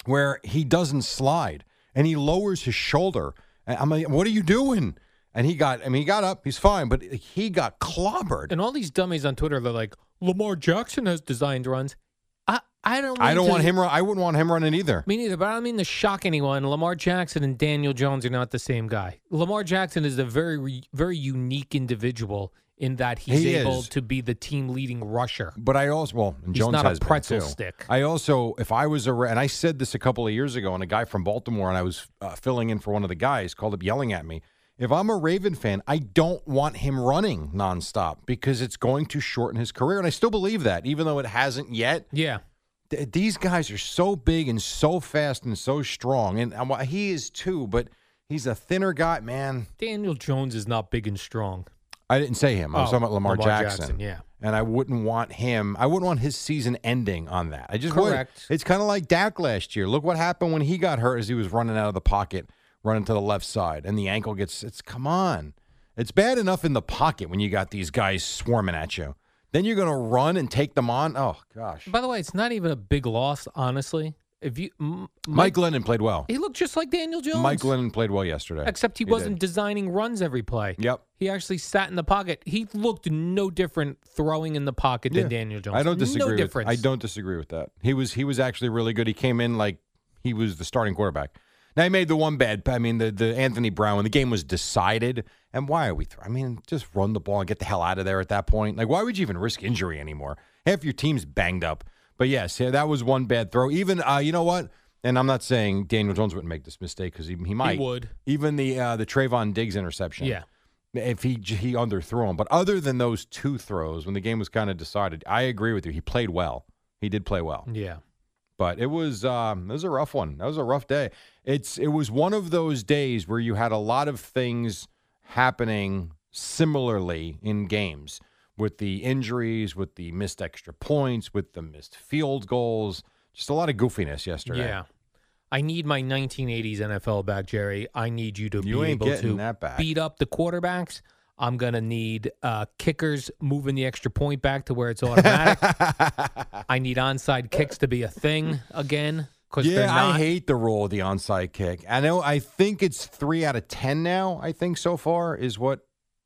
Speaker 1: where he doesn't slide and he lowers his shoulder. And I'm like, what are you doing? And he got. I mean, he got up. He's fine, but he got clobbered.
Speaker 2: And all these dummies on Twitter, they're like, Lamar Jackson has designed runs. I I don't.
Speaker 1: I
Speaker 2: mean
Speaker 1: don't
Speaker 2: to-
Speaker 1: want him. Run, I wouldn't want him running either.
Speaker 2: Me neither, but I don't mean to shock anyone. Lamar Jackson and Daniel Jones are not the same guy. Lamar Jackson is a very, re- very unique individual in that he's
Speaker 1: He
Speaker 2: able
Speaker 1: is.
Speaker 2: to be the team leading rusher.
Speaker 1: But I also well, and
Speaker 2: He's
Speaker 1: Jones
Speaker 2: not a
Speaker 1: has been,
Speaker 2: pretzel
Speaker 1: too.
Speaker 2: stick.
Speaker 1: I also, if I was a, re- and I said this a couple of years ago, and a guy from Baltimore, and I was uh, filling in for one of the guys, called up yelling at me. If I'm a Raven fan, I don't want him running nonstop because it's going to shorten his career, and I still believe that, even though it hasn't yet.
Speaker 2: Yeah.
Speaker 1: Th- these guys are so big and so fast and so strong, and um, he is too. But he's a thinner guy, man.
Speaker 2: Daniel Jones is not big and strong.
Speaker 1: I didn't say him. I was
Speaker 2: Oh,
Speaker 1: talking about Lamar,
Speaker 2: Lamar Jackson, yeah.
Speaker 1: And I wouldn't want him. I wouldn't want his season ending on that. I just
Speaker 2: Correct.
Speaker 1: would. It's kind of like Dak last year. Look what happened when he got hurt as he was running out of the pocket, running to the left side, and the ankle gets. It's come on. It's bad enough in the pocket when you got these guys swarming at you. Then you're going to run and take them on. Oh gosh.
Speaker 2: By the way, it's not even a big loss, honestly. If you, M-
Speaker 1: Mike Lennon played well.
Speaker 2: he looked just like Daniel Jones.
Speaker 1: Mike Lennon played well yesterday.
Speaker 2: except he,
Speaker 1: did.
Speaker 2: wasn't designing runs every play.
Speaker 1: Yep.
Speaker 2: He actually sat in the pocket. He looked no different throwing in the pocket
Speaker 1: Yeah.
Speaker 2: than Daniel Jones.
Speaker 1: I don't disagree.
Speaker 2: No
Speaker 1: with,
Speaker 2: difference.
Speaker 1: I don't disagree with that. He was he was actually really good. He came in like he was the starting quarterback. Now he made the one bad. I mean the the Anthony Brown when the game was decided. And why are we? Th- I mean, just run the ball and get the hell out of there at that point. Like why would you even risk injury anymore? Half your team's banged up. But yes, yeah, that was one bad throw. Even uh, you know what? And I'm not saying Daniel Jones wouldn't make this mistake because he, he might.
Speaker 2: would.
Speaker 1: Even the uh, the Trayvon Diggs interception
Speaker 2: Yeah.
Speaker 1: if he he underthrew him. But other than those two throws, when the game was kind of decided, I agree with you. He played well. He did play well.
Speaker 2: Yeah.
Speaker 1: But it was um, it was a rough one. That was a rough day. It's it was one of those days where you had a lot of things happening similarly in games with the injuries, with the missed extra points, with the missed field goals. Just a lot of goofiness yesterday.
Speaker 2: Yeah. I need my 1980s NFL back, Jerry. I need you to
Speaker 1: You
Speaker 2: be
Speaker 1: ain't
Speaker 2: able
Speaker 1: getting
Speaker 2: to
Speaker 1: that back.
Speaker 2: beat up the quarterbacks. I'm going to need uh, kickers moving the extra point back to where it's automatic. I need onside kicks to be a thing again because they're
Speaker 1: Yeah,
Speaker 2: not.
Speaker 1: I hate the rule of the onside kick. I know. I think it's three out of ten now. I think so far is what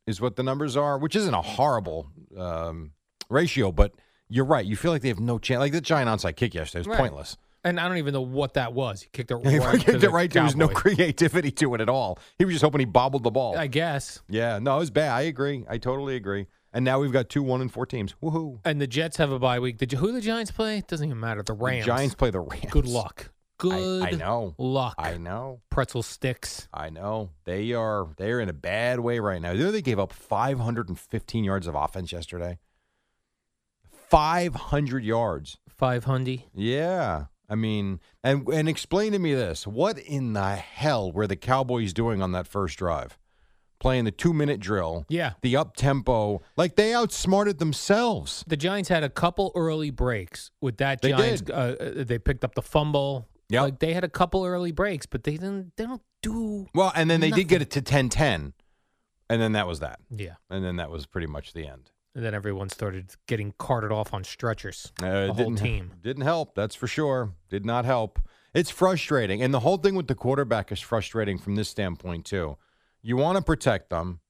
Speaker 1: is what the numbers are, which isn't a horrible um, ratio, but you're right. You feel like they have no chance. Like the giant onside kick yesterday was
Speaker 2: Right.
Speaker 1: pointless.
Speaker 2: and I don't even know what that was. He kicked it
Speaker 1: He
Speaker 2: right.
Speaker 1: kicked
Speaker 2: to
Speaker 1: it right.
Speaker 2: The
Speaker 1: There was no
Speaker 2: Cowboy.
Speaker 1: creativity to it at all. He was just hoping he bobbled the ball.
Speaker 2: I guess.
Speaker 1: yeah, no, it was bad. I agree. I totally agree. And now we've got two one and four teams. Woohoo!
Speaker 2: And the Jets have a bye week. Did you, who the Giants play? It doesn't even matter. The
Speaker 1: The
Speaker 2: Rams.
Speaker 1: Giants play the Rams.
Speaker 2: Good luck. Good.
Speaker 1: I, I know.
Speaker 2: Luck.
Speaker 1: I know.
Speaker 2: Pretzel sticks.
Speaker 1: I know they are they are in a bad way right now. You know, They gave up 515 yards of offense yesterday. 500 yards.
Speaker 2: Five hundy.
Speaker 1: Yeah. I mean, and and explain to me this. What in the hell were the Cowboys doing on that first drive? Playing the 2-minute drill.
Speaker 2: Yeah.
Speaker 1: The up tempo. Like they outsmarted themselves.
Speaker 2: The Giants had a couple early breaks with that
Speaker 1: They
Speaker 2: Giants.
Speaker 1: did.
Speaker 2: Uh, uh, they picked up the fumble.
Speaker 1: Yep.
Speaker 2: Like they had a couple early breaks, but they didn't. They don't do.
Speaker 1: Well, and then they did get it to 10-10. And then that was that.
Speaker 2: Yeah.
Speaker 1: And then that was pretty much the end.
Speaker 2: And then everyone started getting carted off on stretchers.
Speaker 1: Uh,
Speaker 2: the
Speaker 1: it
Speaker 2: whole
Speaker 1: didn't-
Speaker 2: team.
Speaker 1: didn't help. That's for sure. Did not help. It's frustrating, and the whole thing with the quarterback is frustrating from this standpoint too. You want to protect them.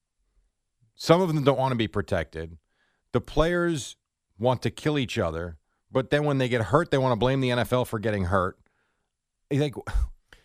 Speaker 1: Some of them don't want to be protected. The players want to kill each other, but then when they get hurt, they want to blame the NFL for getting hurt. You think,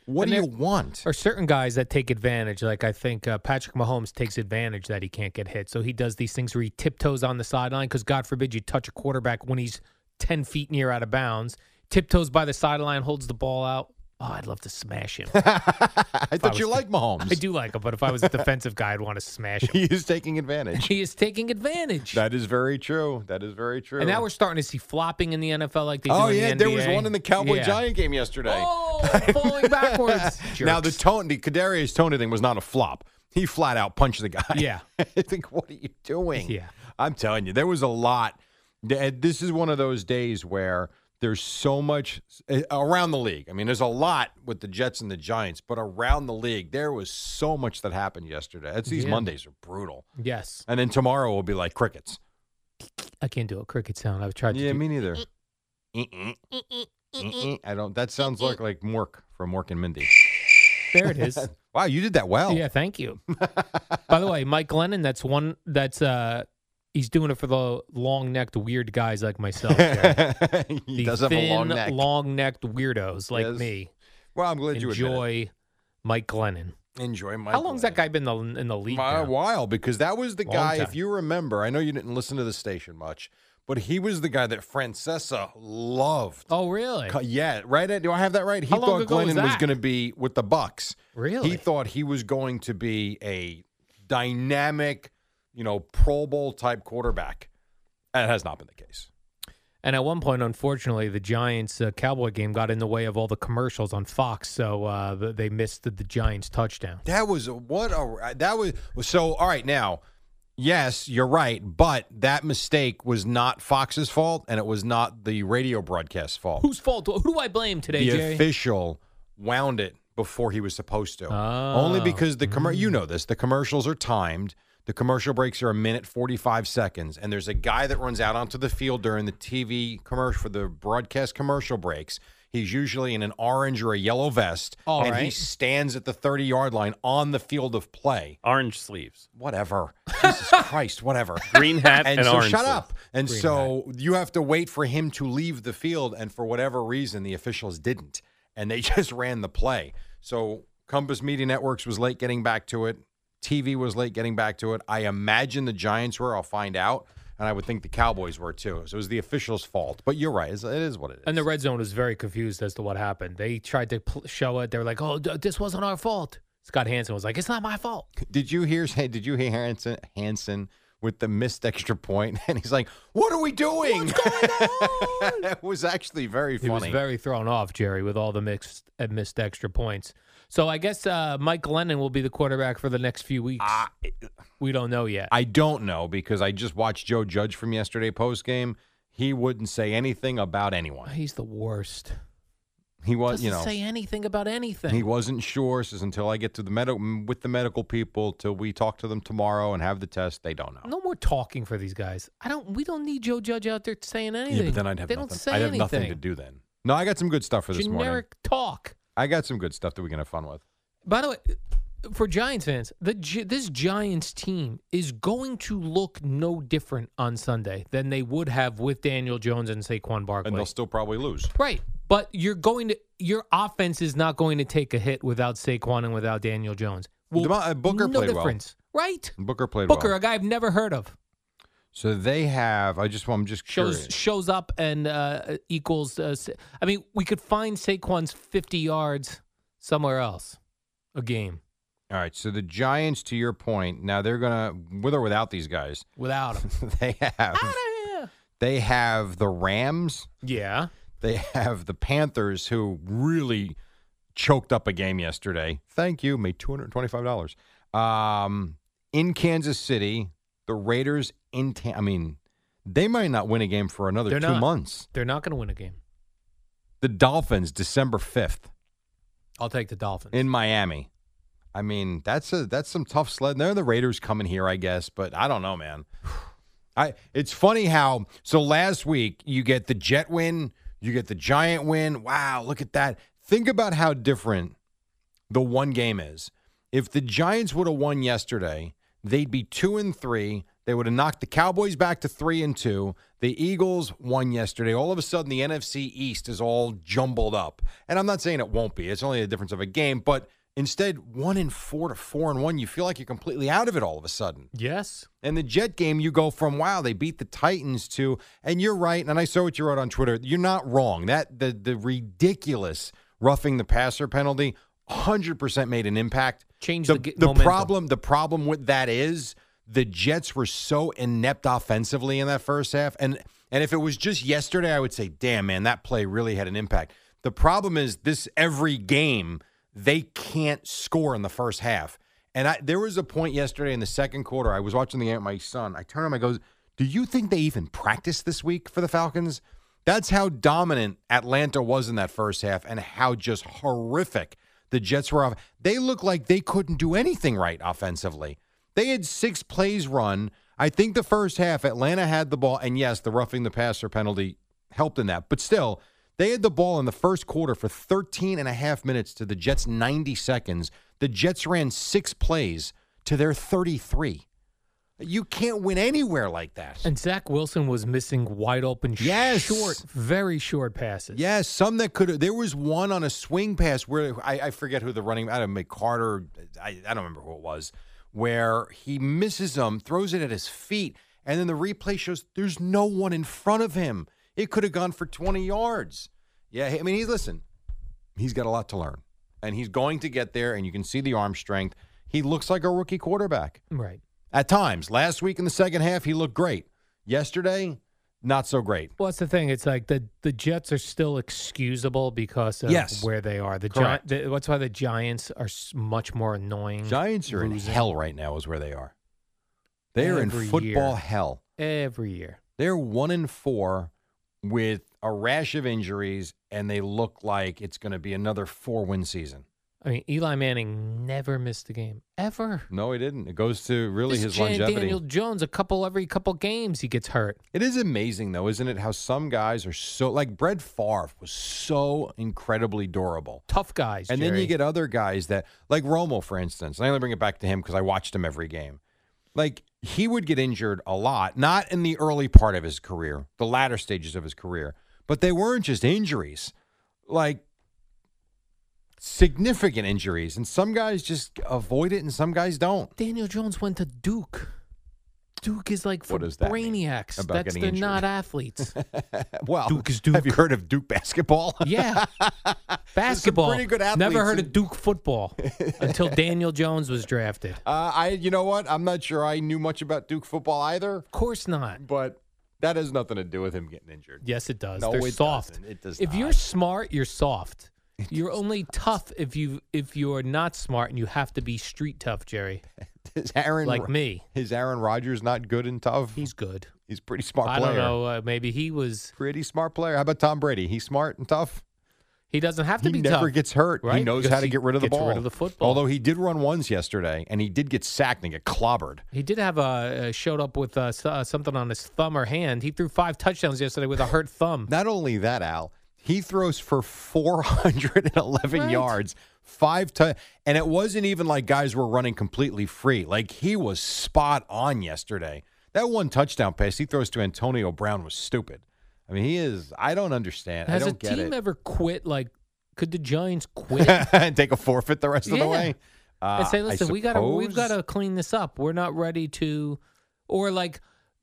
Speaker 1: what
Speaker 2: And
Speaker 1: do you
Speaker 2: there-
Speaker 1: want?
Speaker 2: Or certain guys that take advantage. Like I think uh, Patrick Mahomes takes advantage that he can't get hit, so he does these things where he tiptoes on the sideline because God forbid you touch a quarterback when he's ten feet near out of bounds. Tiptoes by the sideline, holds the ball out. Oh, I'd love to smash him.
Speaker 1: I thought you liked Mahomes.
Speaker 2: I do like him, but if I was a defensive guy, I'd want to smash him.
Speaker 1: He is taking advantage.
Speaker 2: he is taking advantage.
Speaker 1: That is very true. That is very true.
Speaker 2: And now we're starting to see flopping in the NFL like they
Speaker 1: oh
Speaker 2: do in
Speaker 1: yeah,
Speaker 2: the
Speaker 1: there was
Speaker 2: NBA.
Speaker 1: one in the Cowboy
Speaker 2: Yeah.
Speaker 1: Giant game yesterday.
Speaker 2: Oh, falling backwards.
Speaker 1: now the
Speaker 2: Jerks.
Speaker 1: tone, the Kadarius Tony thing was not a flop. He flat out punched the guy.
Speaker 2: Yeah.
Speaker 1: I think what are you doing?
Speaker 2: Yeah.
Speaker 1: I'm telling you, there was a lot. Th- This is one of those days where there's so much uh, around the league. I mean, there's a lot with the Jets and the Giants, but around the league, there was so much that happened yesterday. It's these
Speaker 2: Yeah.
Speaker 1: Mondays are brutal,
Speaker 2: yes,
Speaker 1: and then tomorrow will be like crickets.
Speaker 2: I can't do a cricket sound. I've tried. To
Speaker 1: Yeah,
Speaker 2: do.
Speaker 1: me neither. Mm-mm. Mm-mm. I don't. That sounds like like Mork from Mork and Mindy.
Speaker 2: there it is.
Speaker 1: Wow, you did that well.
Speaker 2: Yeah, thank you. By the way, Mike Glennon, that's one that's uh he's doing it for the long necked weird guys like myself. Jerry.
Speaker 1: he
Speaker 2: the
Speaker 1: does have
Speaker 2: thin,
Speaker 1: a long
Speaker 2: necked
Speaker 1: neck.
Speaker 2: weirdos like
Speaker 1: Yes.
Speaker 2: me.
Speaker 1: well, I'm glad you enjoy
Speaker 2: Enjoy Mike Glennon.
Speaker 1: enjoy my.
Speaker 2: How long's that guy been in the, in the league?
Speaker 1: A
Speaker 2: now?
Speaker 1: while because that was the
Speaker 2: Long
Speaker 1: guy.
Speaker 2: time.
Speaker 1: If you remember, I know you didn't listen to the station much, but he was the guy that Francesa loved.
Speaker 2: Oh, really?
Speaker 1: Cu- Yeah, right. At, do I have that right? He
Speaker 2: How long
Speaker 1: thought
Speaker 2: ago was
Speaker 1: Glennon was,
Speaker 2: that?
Speaker 1: going to be with the Bucks.
Speaker 2: Really?
Speaker 1: He thought he was going to be a dynamic, you know, Pro Bowl type quarterback. That has not been the case.
Speaker 2: And at one point, unfortunately, the Giants uh, Cowboy game got in the way of all the commercials on Fox, so uh, th- they missed the, the Giants touchdown.
Speaker 1: That was a, what a that was so. All right, now, yes, you're right, but that mistake was not Fox's fault, and it was not the radio broadcast's fault.
Speaker 2: Whose fault? Who do I blame today,
Speaker 1: the
Speaker 2: Jerry?
Speaker 1: official wound it before he was supposed to.
Speaker 2: Oh.
Speaker 1: Only because the commer-
Speaker 2: Mm.
Speaker 1: you know this, the commercials are timed. The commercial breaks are a minute 45 seconds and there's a guy that runs out onto the field during the TV commercial for the broadcast commercial breaks. He's usually in an orange or a yellow vest
Speaker 2: All
Speaker 1: and he
Speaker 2: right.
Speaker 1: stands at the 30-yard line on the field of play.
Speaker 7: Orange sleeves,
Speaker 1: Whatever. Jesus Christ, whatever
Speaker 7: green hat, and,
Speaker 1: and, so
Speaker 7: orange.
Speaker 1: shut
Speaker 7: sleeves.
Speaker 1: up. And
Speaker 2: Green
Speaker 1: so you have to wait for him to leave the field, and for whatever reason, the officials didn't, and they just ran the play. So Compass Media Networks was late getting back to it. TV was late getting back to it. I imagine the Giants were. I'll find out, and I would think the Cowboys were too. So it was the officials' fault. But you're right. It's, it is what it is.
Speaker 2: And the red zone was very confused as to what happened. They tried to pl- show it. They were like, "Oh, d- this wasn't our fault." Scott Hansen was like, "It's not my fault."
Speaker 1: did you hear? Did you hear Hanson? Hanson with the missed extra point, and he's like, "What are we doing?" it was actually very
Speaker 2: He
Speaker 1: funny.
Speaker 2: was very thrown off, Jerry, with all the mixed uh, missed extra points. So I guess uh, Mike Lennon will be the quarterback for the next few weeks. we don't know yet.
Speaker 1: I don't know because I just watched Joe Judge from yesterday post game. He wouldn't say anything about anyone.
Speaker 2: He's the worst.
Speaker 1: He was,
Speaker 2: Doesn't
Speaker 1: you know,
Speaker 2: say anything about anything.
Speaker 1: he wasn't sure. Says until I get to the medical with the medical people till we talk to them tomorrow and have the test. They don't know.
Speaker 2: No more talking for these guys. I don't. We don't need Joe Judge out there saying anything.
Speaker 1: Yeah, but then I'd have
Speaker 2: they
Speaker 1: nothing.
Speaker 2: don't say
Speaker 1: I'd have
Speaker 2: anything.
Speaker 1: nothing to do then. No, I got some good stuff for this
Speaker 2: Generic
Speaker 1: morning.
Speaker 2: talk.
Speaker 1: I got some good stuff that we can have fun with.
Speaker 2: By the way, for Giants fans, the Gi- this Giants team is going to look no different on Sunday than they would have with Daniel Jones and Saquon Barkley.
Speaker 1: And they'll still probably lose.
Speaker 2: right, but you're going to your offense is not going to take a hit without Saquon and without Daniel Jones. Well,
Speaker 1: Devon- uh, Booker
Speaker 2: no
Speaker 1: played well.
Speaker 2: difference, right?
Speaker 1: Booker played
Speaker 2: Booker,
Speaker 1: well.
Speaker 2: a guy I've never heard of,
Speaker 1: So they have. I just. I'm just
Speaker 2: shows
Speaker 1: curious.
Speaker 2: shows up and uh, equals. Uh, Sa- I mean, we could find Saquon's 50 yards somewhere else, a game
Speaker 1: All right. So the Giants, to your point, now they're gonna with or without these guys.
Speaker 2: without him.
Speaker 1: they have.
Speaker 2: Outta here.
Speaker 1: They have the Rams.
Speaker 2: Yeah.
Speaker 1: They have the Panthers, who really choked up a game yesterday. Thank you. Made two hundred twenty-five dollars. Um, in Kansas City, the Raiders in. Ta- I mean, they might not win a game for another
Speaker 2: They're
Speaker 1: two
Speaker 2: not.
Speaker 1: months.
Speaker 2: They're not going to win a game.
Speaker 1: The Dolphins, December fifth
Speaker 2: I'll take the Dolphins.
Speaker 1: in Miami. I mean, that's a that's some tough sled. They're the Raiders coming here, I guess, but I don't know, man. I it's funny how so last week you get the Jet win, you get the Giant win. Wow, look at that. Think about how different the one game is. If the Giants would have won yesterday, they'd be 2 and 3. They would have knocked the Cowboys back to 3 and 2. The Eagles won yesterday. All of a sudden the NFC East is all jumbled up. And I'm not saying it won't be. It's only a difference of a game, but instead 1 and 4 to 4 and 1, you feel like you're completely out of it all of a sudden.
Speaker 2: yes.
Speaker 1: And the Jet game, you go from wow, they beat the Titans to, and you're right. And I saw what you wrote on Twitter. You're not wrong. That the the ridiculous roughing the passer penalty 100% made an impact.
Speaker 2: Changed
Speaker 1: the,
Speaker 2: the g-
Speaker 1: the
Speaker 2: momentum.
Speaker 1: problem the problem with that is the Jets were so inept offensively in that first half and and if it was just yesterday I would say damn man that play really had an impact. The problem is this every game they can't score in the first half. And I there was a point yesterday in the second quarter I was watching the game with my son. I turn him I goes, "Do you think they even practiced this week for the Falcons?" That's how dominant Atlanta was in that first half and how just horrific the Jets were off. They looked like they couldn't do anything right offensively. They had six plays run. I think the first half, Atlanta had the ball, and yes, the roughing the passer penalty helped in that, but still, they had the ball in the first quarter for 13 and a half minutes to the Jets' 90 seconds. The Jets ran six plays to their 33. You can't win anywhere like that.
Speaker 2: And Zach Wilson was missing wide open,
Speaker 1: Yes.
Speaker 2: short, very short passes.
Speaker 1: Yes, some that could. There was one on a swing pass where I, I forget who the running. I don't know, Carter. I, I don't remember who it was. Where he misses him, throws it at his feet, and then the replay shows there's no one in front of him. It could have gone for 20 yards. Yeah, I mean, he's listen. He's got a lot to learn, and he's going to get there. And you can see the arm strength. He looks like a rookie quarterback
Speaker 2: Right.
Speaker 1: at times. Last week in the second half, he looked great. Yesterday, not so great.
Speaker 2: Well, that's the thing. It's like the the Jets are still excusable because of
Speaker 1: Yes.
Speaker 2: where they are. The, Gi-
Speaker 1: Correct.
Speaker 2: the that's why the Giants are s- much more annoying.
Speaker 1: Giants are in
Speaker 2: Mm. losing
Speaker 1: hell right now, is where they are. They are in
Speaker 2: Every
Speaker 1: football
Speaker 2: year.
Speaker 1: hell.
Speaker 2: every year.
Speaker 1: They're one in four with a rash of injuries, and they look like it's going to be another four win season.
Speaker 2: I mean, Eli Manning never missed a game ever.
Speaker 1: No, he didn't. It goes to really
Speaker 2: This
Speaker 1: his
Speaker 2: Jan-
Speaker 1: longevity.
Speaker 2: Daniel Jones, a couple every couple games, he gets hurt.
Speaker 1: It is amazing, though, isn't it? How some guys are so like Brett Favre was so incredibly durable.
Speaker 2: Tough guys.
Speaker 1: And then you
Speaker 2: Jerry.
Speaker 1: get other guys that, like Romo, for instance. And I only bring it back to him because I watched him every game. Like he would get injured a lot, not in the early part of his career, the latter stages of his career, but they weren't just injuries, like significant injuries. And some guys just avoid it, and some guys don't.
Speaker 2: Daniel Jones went to Duke. Duke is like for
Speaker 1: What does that mean
Speaker 2: brainiacs.
Speaker 1: about
Speaker 2: That's
Speaker 1: getting
Speaker 2: they're
Speaker 1: injured?
Speaker 2: not athletes.
Speaker 1: Uh, Well,
Speaker 2: Duke is
Speaker 1: Have you
Speaker 2: Duke.
Speaker 1: heard of Duke basketball?
Speaker 2: Yeah, basketball.
Speaker 1: pretty good
Speaker 2: Never
Speaker 1: athletes
Speaker 2: heard
Speaker 1: in-
Speaker 2: of Duke football until Daniel Jones was drafted. Of
Speaker 1: Uh, I, you know what? I'm not sure I knew much about Duke football either,
Speaker 2: course not.
Speaker 1: but that has nothing to do with him getting injured.
Speaker 2: Yes, it does.
Speaker 1: No,
Speaker 2: They're
Speaker 1: it
Speaker 2: soft.
Speaker 1: doesn't. It does
Speaker 2: If you're
Speaker 1: not.
Speaker 2: smart, you're soft. You're only tough if you if you're not smart and you have to be street tough, Jerry.
Speaker 1: Is Aaron
Speaker 2: Like
Speaker 1: Ro-
Speaker 2: me.
Speaker 1: Is Aaron Rodgers not good and tough?
Speaker 2: He's good.
Speaker 1: He's a pretty smart
Speaker 2: I
Speaker 1: player.
Speaker 2: don't know. Uh, maybe he was.
Speaker 1: Pretty smart player. How about Tom Brady? He's smart and tough.
Speaker 2: He doesn't have to
Speaker 1: he
Speaker 2: be
Speaker 1: never
Speaker 2: tough,
Speaker 1: gets hurt.
Speaker 2: Right?
Speaker 1: He knows
Speaker 2: Because
Speaker 1: how to
Speaker 2: he
Speaker 1: get rid of the
Speaker 2: gets
Speaker 1: ball.
Speaker 2: Rid of the football.
Speaker 1: Although he did run once yesterday, and he did get sacked and get clobbered.
Speaker 2: he did have a uh, showed up with uh, s- uh, something on his thumb or hand. He threw five touchdowns yesterday with a hurt thumb.
Speaker 1: Not only that, Al, he throws for 411
Speaker 2: Right.
Speaker 1: yards, five times. And it wasn't even like guys were running completely free. Like he was spot on yesterday. That one touchdown pass he throws to Antonio Brown was stupid. I mean, he is. I don't understand.
Speaker 2: Has
Speaker 1: I
Speaker 2: a
Speaker 1: don't get
Speaker 2: team
Speaker 1: it.
Speaker 2: ever quit? Like, could the Giants quit
Speaker 1: and take a forfeit the rest of
Speaker 2: Yeah.
Speaker 1: the way. Uh,
Speaker 2: and say,
Speaker 1: I
Speaker 2: "Listen, we got to we've got
Speaker 1: suppose-
Speaker 2: to clean this up. We're not ready to," or like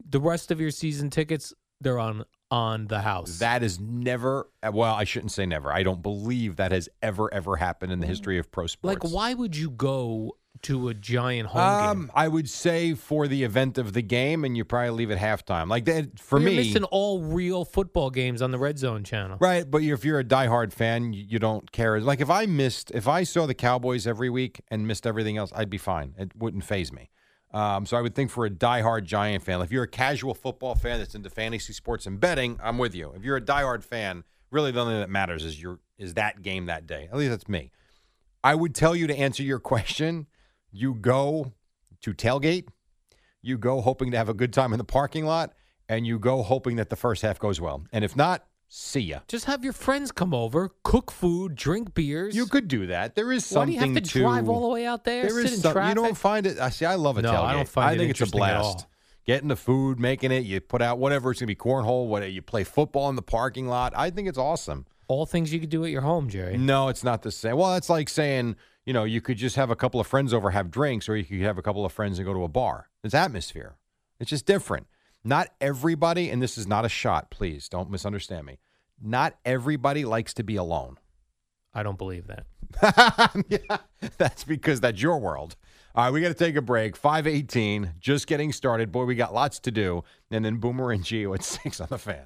Speaker 2: the rest of your season tickets, they're on on the house.
Speaker 1: That is never. Well, I shouldn't say never. I don't believe that has ever ever happened in the history of pro sports.
Speaker 2: like, why would you go to a giant home game?
Speaker 1: Um, I would say for the event of the game, and you probably leave at halftime. Like that for
Speaker 2: You're
Speaker 1: me,
Speaker 2: missing all real football games on the Red Zone channel.
Speaker 1: right? But if you're a diehard fan, you, you don't care. Like if I missed, if I saw the Cowboys every week and missed everything else, I'd be fine. It wouldn't phase me. Um, so I would think for a diehard Giant fan, if you're a casual football fan that's into fantasy sports and betting, I'm with you. If you're a diehard fan, really the only thing that matters is your is that game that day. At least that's me. I would tell you to answer your question. You go to tailgate. You go hoping to have a good time in the parking lot, and you go hoping that the first half goes well. And if not, see ya.
Speaker 2: Just have your friends come over, cook food, drink beers.
Speaker 1: You could do that. There is
Speaker 2: Why do
Speaker 1: something
Speaker 2: you have to, drive all the way out there?
Speaker 1: there
Speaker 2: sit
Speaker 1: is
Speaker 2: in
Speaker 1: some-
Speaker 2: traffic.
Speaker 1: You don't find it. I see. I love a
Speaker 2: No,
Speaker 1: tailgate.
Speaker 2: I don't find it
Speaker 1: think it's a
Speaker 2: interesting at all.
Speaker 1: blast. Getting the food, making it. You put out whatever it's going to be cornhole. Whatever you play football in the parking lot. I think it's awesome.
Speaker 2: all things you could do at your home, Jerry.
Speaker 1: No, it's not the same. Well, it's like saying you know you could just have a couple of friends over, have drinks, or you could have a couple of friends and go to a bar. It's atmosphere. It's just different. Not everybody, and this is not a shot. Please don't misunderstand me. Not everybody likes to be alone.
Speaker 2: I don't believe that.
Speaker 1: That's because that's your world. All right, we got to take a break. 518, just getting started. Boy, we got lots to do. And then Boomer and Geo at 6 on the fan.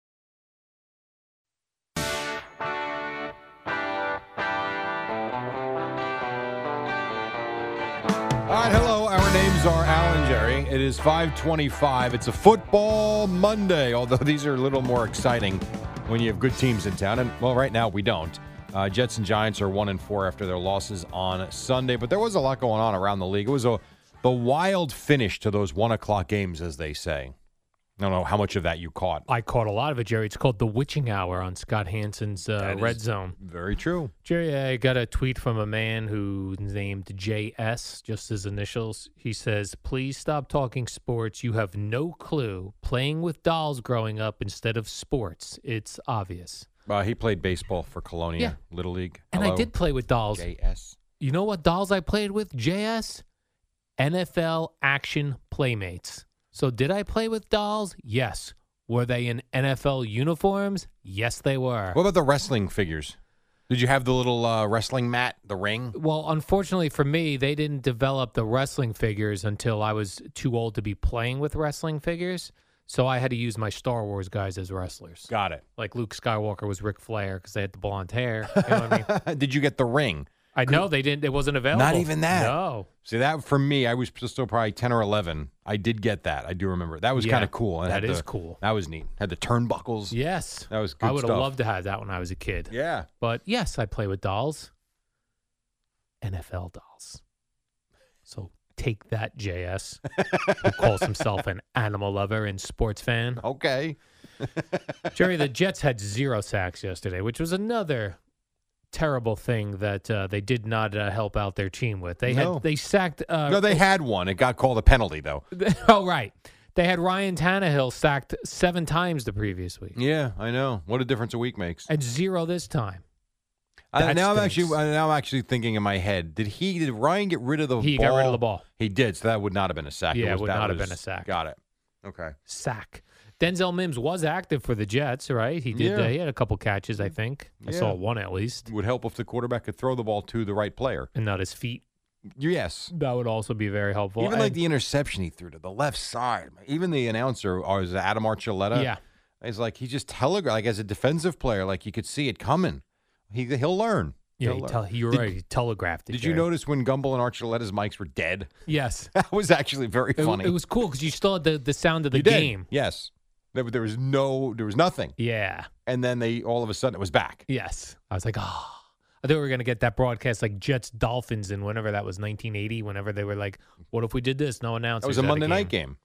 Speaker 1: All right, hello. Our names are Al and Jerry. It is 525. It's a football Monday, although these are a little more exciting when you have good teams in town. And, well, right now we don't. Uh, Jets and Giants are 1 and 4 after their losses on Sunday, but there was a lot going on around the league. It was a, the wild finish to those 1 o'clock games, as they say. I don't know how much of that you caught.
Speaker 2: I caught a lot of it, Jerry. It's called the witching hour on Scott Hansen's uh,
Speaker 1: That is
Speaker 2: Red Zone.
Speaker 1: Very true.
Speaker 2: Jerry, I got a tweet from a man who named JS, just his initials. He says, Please stop talking sports. You have no clue. Playing with dolls growing up instead of sports. It's obvious.
Speaker 1: Uh, he played baseball for Colonia, Little League.
Speaker 2: And I
Speaker 1: Hello.
Speaker 2: did play with dolls.
Speaker 1: JS.
Speaker 2: You know what dolls I played with? JS? NFL Action Playmates. So did I play with dolls? Yes. Were they in NFL uniforms? Yes, they were.
Speaker 1: What about the wrestling figures? Did you have the little uh, wrestling mat, the ring?
Speaker 2: Well, unfortunately for me, they didn't develop the wrestling figures until I was too old to be playing with wrestling figures. So I had to use my Star Wars guys as wrestlers.
Speaker 1: Got it.
Speaker 2: Like Luke Skywalker was Ric Flair because they had the blonde hair. You know what I mean?
Speaker 1: Did you get the ring?
Speaker 2: I know they didn't. It wasn't available.
Speaker 1: Not even that.
Speaker 2: No.
Speaker 1: See that for me, I was still probably ten or eleven. I did get that. I do remember. That was
Speaker 2: Yeah,
Speaker 1: kind of cool.
Speaker 2: that
Speaker 1: had
Speaker 2: is
Speaker 1: the-
Speaker 2: cool.
Speaker 1: That was neat. Had the turnbuckles.
Speaker 2: Yes.
Speaker 1: That was good
Speaker 2: I would have
Speaker 1: stuff.
Speaker 2: loved to have that when I was a kid.
Speaker 1: Yeah.
Speaker 2: But yes, I play with dolls. NFL dolls. So take that, JS, who calls himself an animal lover and sports fan.
Speaker 1: Okay.
Speaker 2: Jerry, the Jets had zero sacks yesterday, which was another terrible thing that uh, they did not uh, help out their team with. They
Speaker 1: No.
Speaker 2: had they sacked. Uh,
Speaker 1: no, they had one. It got called a penalty though.
Speaker 2: oh right, they had Ryan Tannehill sacked seven times the previous week
Speaker 1: Yeah, I know. What a difference a week makes.
Speaker 2: and zero this time.
Speaker 1: I,
Speaker 2: That
Speaker 1: now I'm
Speaker 2: stinks.
Speaker 1: actually I- now I'm actually thinking in my head. Did he? Did Ryan get rid of the?
Speaker 2: He
Speaker 1: ball?
Speaker 2: got rid of the ball.
Speaker 1: He did. So that would not have been a sack.
Speaker 2: Yeah, it
Speaker 1: was-
Speaker 2: would
Speaker 1: that
Speaker 2: not have been
Speaker 1: was-
Speaker 2: a sack.
Speaker 1: Got it. Okay.
Speaker 2: Sack. Denzel Mims was active for the Jets, right? He did.
Speaker 1: Yeah.
Speaker 2: Uh, he had a couple catches, I think. I
Speaker 1: Yeah.
Speaker 2: saw one at least,
Speaker 1: Would help if the quarterback could throw the ball to the right player.
Speaker 2: and not his feet.
Speaker 1: Yes.
Speaker 2: That would also be very helpful.
Speaker 1: even like
Speaker 2: And-
Speaker 1: the interception he threw to the left side. Even the announcer, or is it Adam Archuleta?
Speaker 2: Yeah.
Speaker 1: He's like, he just telegraphed, like as a defensive player, like you could see it coming. He, he'll learn.
Speaker 2: yeah,
Speaker 1: He'll
Speaker 2: he
Speaker 1: learn.
Speaker 2: tell, you're
Speaker 1: uh, Did-
Speaker 2: right. He telegraphed it.
Speaker 1: Did you
Speaker 2: Jerry.
Speaker 1: notice when Gumbel and Archuleta's mics were dead?
Speaker 2: Yes.
Speaker 1: That was actually very
Speaker 2: It,
Speaker 1: funny.
Speaker 2: it was cool because you still had the, the sound of the
Speaker 1: You did.
Speaker 2: game.
Speaker 1: Yes. There, there was no, there was nothing.
Speaker 2: Yeah.
Speaker 1: And then they, all of a sudden, it was back.
Speaker 2: Yes. I was like, ah. I thought we were going to get that broadcast like Jets Dolphins and whenever that was 1980, whenever they were like, what if we did this? No announcers.
Speaker 1: That was a
Speaker 2: at
Speaker 1: Monday night game.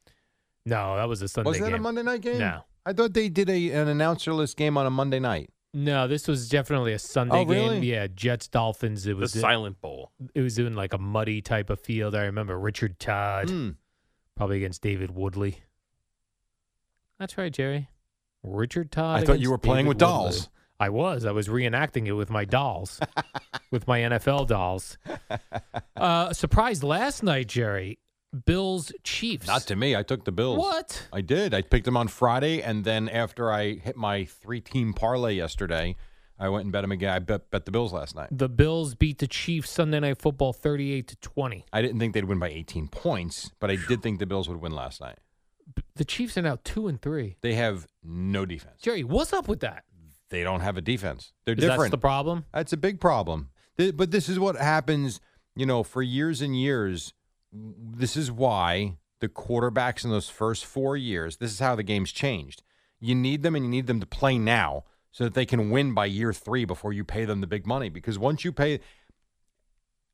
Speaker 2: No, that was a Sunday
Speaker 1: Wasn't
Speaker 2: game.
Speaker 1: that a Monday night game?
Speaker 2: No.
Speaker 1: I thought they did a, an announcerless game on a Monday night.
Speaker 2: No, this was definitely a Sunday
Speaker 1: Oh, really?
Speaker 2: game. Yeah, Jets Dolphins. It was in-
Speaker 8: Bowl.
Speaker 2: It was in like a muddy type of field. I remember Richard Todd,
Speaker 1: Hmm.
Speaker 2: probably against David Woodley. That's right, Jerry. Richard Todd.
Speaker 1: I thought you
Speaker 2: against
Speaker 1: were playing
Speaker 2: David
Speaker 1: with
Speaker 2: Woodley.
Speaker 1: dolls.
Speaker 2: I was. I was reenacting it with my dolls, with my NFL dolls. Uh, surprise last night, Jerry. Bills Chiefs.
Speaker 1: Not to me. I took the Bills.
Speaker 2: What?
Speaker 1: I did. I picked them on Friday, and then after I hit my three-team parlay yesterday, I went and bet them again. I bet, bet the Bills last night.
Speaker 2: The Bills beat the Chiefs Sunday Night Football 38 to 20.
Speaker 1: I didn't think they'd win by 18 points, but I did think the Bills would win last night.
Speaker 2: The Chiefs are now 2 and 3.
Speaker 1: They have no defense.
Speaker 2: Jerry, what's up with that?
Speaker 1: They don't have a defense. They're
Speaker 2: Is that
Speaker 1: different.
Speaker 2: the problem?
Speaker 1: That's a big problem. Th- But this is what happens, you know, for years and years. This is why the quarterbacks in those first four years, this is how the game's changed. You need them and you need them to play now so that they can win by year three before you pay them the big money. Because once you pay,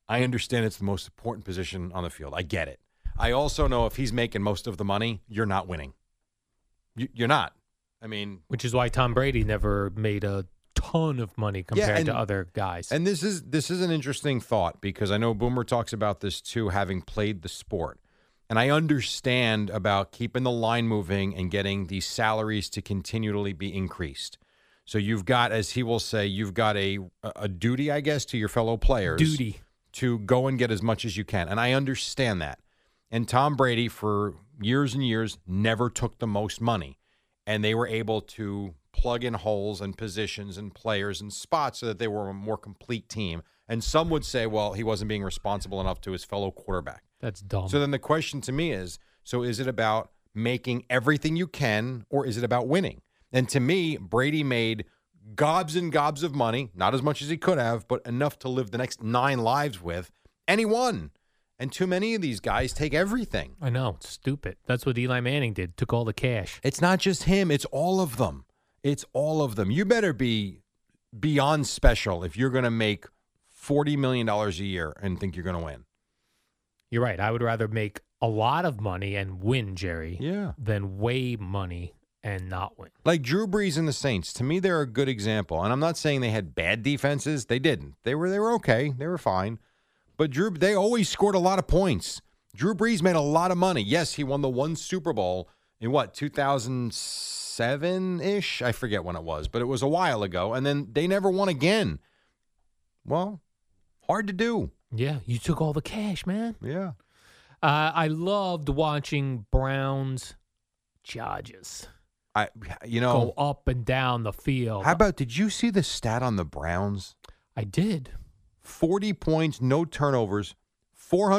Speaker 1: I understand it's the most important position on the field. I get it. I also know if he's making most of the money, you're not winning. You- You're not. I mean,
Speaker 2: Which is why Tom Brady never made a ton of money compared
Speaker 1: and-
Speaker 2: to other guys.
Speaker 1: And this is this is an interesting thought because I know Boomer talks about this too, having played the sport. And I understand about keeping the line moving and getting the salaries to continually be increased. So you've got, as he will say, you've got a a duty, I guess, to your fellow players.
Speaker 2: Duty.
Speaker 1: to go and get as much as you can. And I understand that. And Tom Brady for years and years never took the most money. And they were able to plug in holes and positions and players and spots so that they were a more complete team. And some would say, well, he wasn't being responsible enough to his fellow quarterback.
Speaker 2: That's dumb.
Speaker 1: So then the question to me is so is it about making everything you can or is it about winning? And to me, Brady made gobs and gobs of money, not as much as he could have, but enough to live the next nine lives with, and he won. And too many of these guys take everything.
Speaker 2: I know, it's stupid. That's what Eli Manning did. Took all the cash.
Speaker 1: It's not just him, it's all of them. It's all of them. You better be beyond special if you're going to make $40 million a year and think you're going to win.
Speaker 2: You're right. I would rather make a lot of money and win, Jerry,
Speaker 1: Yeah.
Speaker 2: than way money and not win.
Speaker 1: Like Drew Brees and the Saints, to me, they're a good example. And I'm not saying they had bad defenses; they didn't. They were they were okay. They were fine. But Drew, they always scored a lot of points. Drew Brees made a lot of money. Yes, he won the one Super Bowl in what 2007 ish. I forget when it was, but it was a while ago. And then they never won again. Well, hard to do.
Speaker 2: Yeah, you took all the cash, man.
Speaker 1: Yeah.
Speaker 2: Uh, I loved watching Browns Chargers
Speaker 1: I you
Speaker 2: go
Speaker 1: know
Speaker 2: up and down the field.
Speaker 1: how about did you see the stat on the Browns?
Speaker 2: I did.
Speaker 1: 40 points, no turnovers,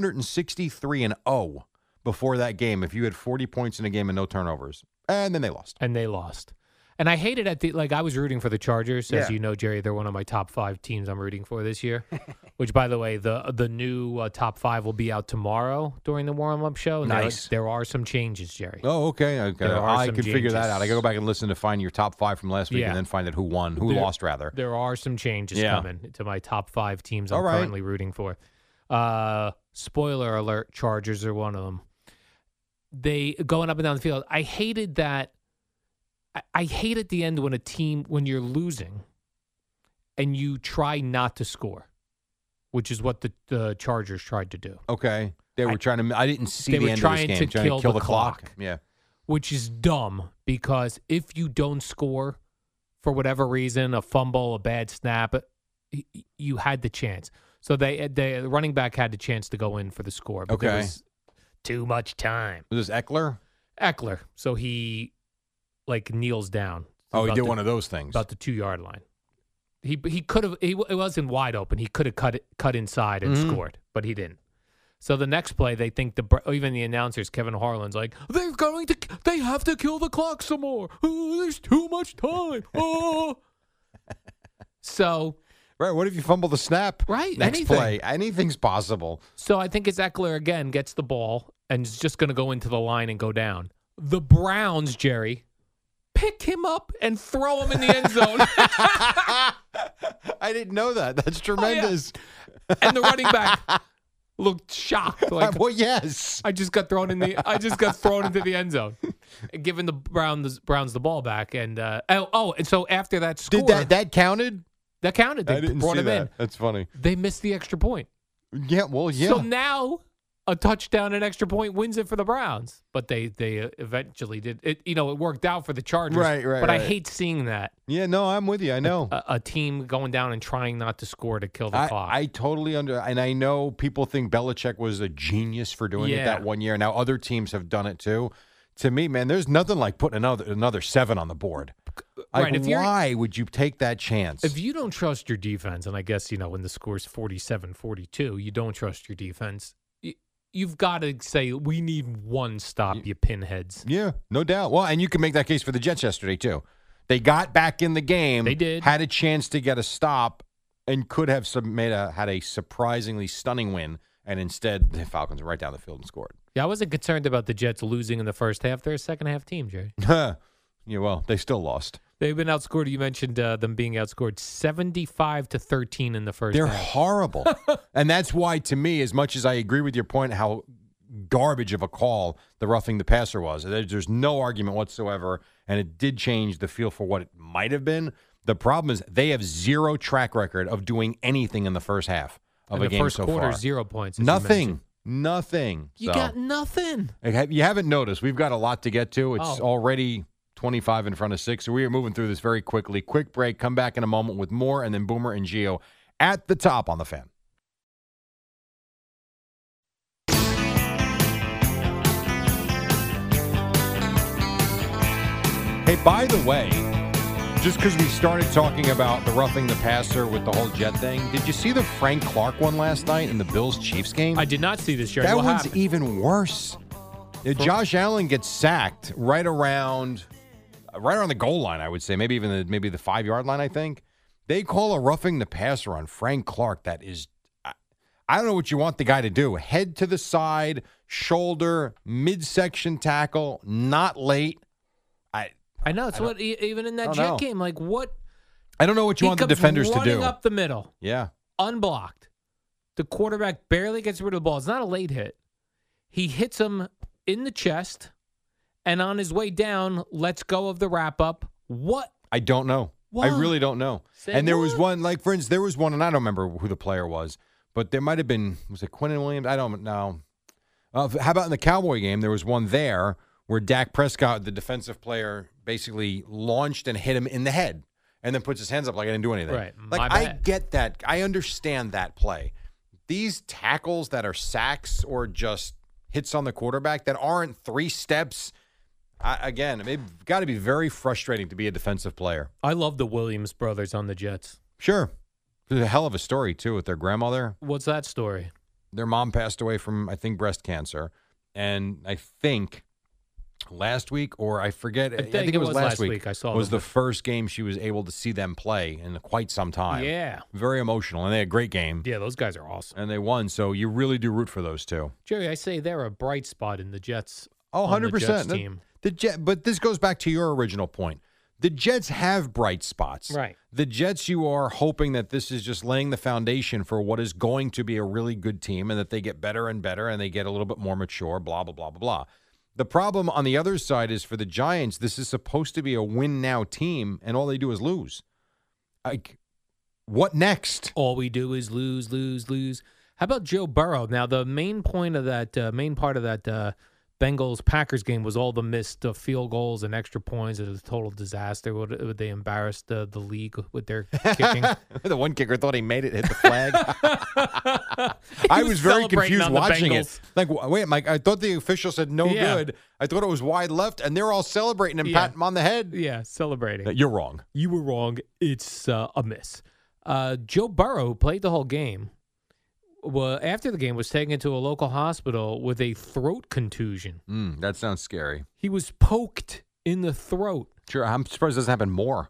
Speaker 1: 463 and 0 before that game. If you had 40 points in a game and no turnovers, and then they lost.
Speaker 2: and they lost. And I hated at the like I was rooting for the Chargers, as
Speaker 1: Yeah.
Speaker 2: you know, Jerry. They're one of my top five teams I'm rooting for this year. Which, by the way, the the new uh, top five will be out tomorrow during the warm up show. And there-
Speaker 1: Nice.
Speaker 2: There, are some changes, Jerry.
Speaker 1: Oh, okay. okay.
Speaker 2: There are
Speaker 1: I
Speaker 2: some
Speaker 1: can figure that
Speaker 2: changes.
Speaker 1: out. I got to go back and listen to find your top five from last week
Speaker 2: Yeah.
Speaker 1: and then find out who won, who
Speaker 2: There-
Speaker 1: lost, rather.
Speaker 2: There are some changes
Speaker 1: Yeah.
Speaker 2: coming to my top five teams I'm
Speaker 1: All right.
Speaker 2: currently rooting for. Uh, spoiler alert: Chargers are one of them. They going up and down the field. I hated that. I, I hate at the end when a team when you're losing, and you try not to score, which is what the, the Chargers tried to do,
Speaker 1: Okay. They were
Speaker 2: I-
Speaker 1: trying to, I didn't see
Speaker 2: they
Speaker 1: the
Speaker 2: were
Speaker 1: end of this
Speaker 2: trying
Speaker 1: game.
Speaker 2: to
Speaker 1: trying
Speaker 2: kill
Speaker 1: to kill
Speaker 2: the
Speaker 1: the, clock.
Speaker 2: clock.
Speaker 1: Yeah.
Speaker 2: which is dumb because if you don't score for whatever reason, a fumble, a bad snap, y- y- you had the chance. So they they- the running back had the chance to go in for the score, but there
Speaker 1: Okay.
Speaker 2: was too much time.
Speaker 1: Was this Eckler?
Speaker 2: Eckler, so he like kneels down.
Speaker 1: Oh, he
Speaker 2: About
Speaker 1: did
Speaker 2: the-
Speaker 1: one of those things.
Speaker 2: about the two yard line. He he could have. He, it wasn't wide open. He could have cut it, cut inside and
Speaker 1: Mhm.
Speaker 2: scored, but he didn't. So the next play, they think the Br- even the announcers, Kevin Harlan's like, they're going to, they have to kill the clock some more. Oh, there's too much time. Oh, so
Speaker 1: Right. What if you fumble the snap?
Speaker 2: Right,
Speaker 1: Next
Speaker 2: anything.
Speaker 1: play. Anything's possible.
Speaker 2: So I think it's Eckler again gets the ball and is just going to go into the line and go down. The Browns, Jerry, pick him up and throw him in the end zone.
Speaker 1: I didn't know that. That's
Speaker 2: Oh,
Speaker 1: tremendous.
Speaker 2: and the running back looked shocked, like
Speaker 1: Uh, well, yes.
Speaker 2: I just got thrown in the I just got thrown into the end zone, giving the Browns Browns the ball back. And uh, oh, oh, and so after that score,
Speaker 1: Did that, that counted?
Speaker 2: that counted. They
Speaker 1: I didn't
Speaker 2: brought
Speaker 1: see
Speaker 2: him
Speaker 1: that.
Speaker 2: in.
Speaker 1: That's funny.
Speaker 2: They missed the extra point.
Speaker 1: Yeah, well, yeah.
Speaker 2: So now a touchdown, an extra point wins it for the Browns. But they they uh, eventually did it. You know, it worked out for the Chargers.
Speaker 1: Right, right,
Speaker 2: But I
Speaker 1: right.
Speaker 2: hate seeing that
Speaker 1: yeah, no, I'm with you. I know.
Speaker 2: a, a team going down and trying not to score to kill the
Speaker 1: I,
Speaker 2: clock.
Speaker 1: I totally under, and I know people think Belichick was a genius for doing it that
Speaker 2: Yeah.
Speaker 1: one year. Now other teams have done it too. To me, man, there's nothing like putting another another seven on the board. Like,
Speaker 2: Right, if you're-
Speaker 1: why would you take that chance?
Speaker 2: if you don't trust your defense, and I guess, you know, when the score's 47 42, you don't trust your defense, y- you've got to say, we need one stop, you pinheads.
Speaker 1: Yeah, no doubt. Well, and you can make that case for the Jets yesterday too. They got back in the game.
Speaker 2: They did.
Speaker 1: Had a chance to get a stop and could have sub- made a had a surprisingly stunning win, and instead the Falcons were right down the field and scored.
Speaker 2: Yeah, I wasn't concerned about the Jets losing in the first half. They're a second half team, Jerry.
Speaker 1: yeah, well, they still lost.
Speaker 2: They've been outscored. You mentioned uh, them being outscored 75 to 13 in the 1st
Speaker 1: They're
Speaker 2: half.
Speaker 1: horrible, and that's why, to me, as much as I agree with your point, how garbage of a call the roughing the passer was. There- There's no argument whatsoever, and it did change the feel for what it might have been. The problem is they have zero track record of doing anything in the first half of
Speaker 2: In the
Speaker 1: a game
Speaker 2: first
Speaker 1: so
Speaker 2: quarter,
Speaker 1: far.
Speaker 2: zero points, as you
Speaker 1: Nothing.
Speaker 2: mentioned.
Speaker 1: nothing.
Speaker 2: You
Speaker 1: So-
Speaker 2: got nothing.
Speaker 1: I ha- You haven't noticed. We've got a lot to get to.
Speaker 2: Oh.
Speaker 1: It's already 25 in front of six. So we are moving through this very quickly. Quick break. Come back in a moment with more, and then Boomer and Geo at the top on the fan. Hey, by the way, just because we started talking about the roughing the passer with the whole jet thing, did you see the Frank Clark one last night in the Bills Chiefs game?
Speaker 2: I did not see this, Jerry.
Speaker 1: That
Speaker 2: what
Speaker 1: one's e
Speaker 2: happened?
Speaker 1: even worse. Yeah, Josh Allen gets sacked right around, right around the goal line. I would say maybe even the, maybe the five yard line. I think they call a roughing the passer on Frank Clark. That is, I, I don't know what you want the guy to do. Head to the side, shoulder, midsection tackle, not late. I
Speaker 2: I know. It's
Speaker 1: I don't-
Speaker 2: what e- even in that
Speaker 1: don't
Speaker 2: jet
Speaker 1: know.
Speaker 2: game, like what
Speaker 1: I don't know what you
Speaker 2: he
Speaker 1: want the
Speaker 2: comes
Speaker 1: defenders to
Speaker 2: running
Speaker 1: do.
Speaker 2: up the middle,
Speaker 1: yeah,
Speaker 2: unblocked. The quarterback barely gets rid of the ball. It's not a late hit. He hits him in the chest, and on his way down, lets go of the wrap up. What?
Speaker 1: I don't know. I
Speaker 2: Why?
Speaker 1: really don't know.
Speaker 2: Say
Speaker 1: and there was
Speaker 2: what?
Speaker 1: one, like for instance, there was one, and I don't remember who the player was, but there might have been was it Quentin Williams? I don't know. Uh, how about in the Cowboy game? There was one there where Dak Prescott, the defensive player, basically launched and hit him in the head, and then puts his hands up like I didn't do anything.
Speaker 2: Right.
Speaker 1: Like
Speaker 2: My
Speaker 1: I
Speaker 2: bad.
Speaker 1: get that. I understand that play. These tackles that are sacks or just hits on the quarterback that aren't three steps. I, again, it's got to be very frustrating to be a defensive player.
Speaker 2: I love the Williams brothers on the Jets.
Speaker 1: Sure. There's a hell of a story, too, with their grandmother.
Speaker 2: What's that story?
Speaker 1: Their mom passed away from, I think, breast cancer. And I think last week, or I forget, I
Speaker 2: think
Speaker 1: it was, last week,
Speaker 2: I saw
Speaker 1: was
Speaker 2: them.
Speaker 1: the first game she was able to see them play in quite some time.
Speaker 2: Yeah.
Speaker 1: Very emotional. And they had a great game.
Speaker 2: Yeah, those guys are awesome.
Speaker 1: And they won. So you really do root for those two.
Speaker 2: Jerry, I say they're a bright spot in the Jets.
Speaker 1: Oh,
Speaker 2: on the
Speaker 1: 100%.
Speaker 2: Jets
Speaker 1: The-
Speaker 2: team.
Speaker 1: The Jet, but this goes back to your original point. The Jets have bright spots.
Speaker 2: Right.
Speaker 1: The Jets, you are hoping that this is just laying the foundation for what is going to be a really good team and that they get better and better and they get a little bit more mature, blah, blah, blah, blah, blah. The problem on the other side is for the Giants, this is supposed to be a win now team, and all they do is lose. Like, what next?
Speaker 2: All we do is lose, lose, lose. How about Joe Burrow? Now, the main point of that uh, main part of that uh, Bengals Packers game was all the missed uh, field goals and extra points. It was a total disaster. Would, would they embarrass the, the league with their kicking?
Speaker 1: the one kicker thought he made it hit the flag. I
Speaker 2: was
Speaker 1: was very
Speaker 2: celebrating
Speaker 1: confused
Speaker 2: on the
Speaker 1: watching it.
Speaker 2: Bengals.
Speaker 1: Like, w- wait, Mike, I thought the official said no
Speaker 2: Yeah.
Speaker 1: good. I thought it was wide left, and they're all celebrating and
Speaker 2: Yeah.
Speaker 1: patting him on the head.
Speaker 2: yeah, celebrating.
Speaker 1: You're wrong.
Speaker 2: you were wrong. It's uh, a miss. Uh, Joe Burrow who played the whole game. Well, after the game, was taken to a local hospital with a throat contusion.
Speaker 1: Mm, that sounds scary.
Speaker 2: He was poked in the throat,
Speaker 1: Sure, I'm surprised it doesn't happen more.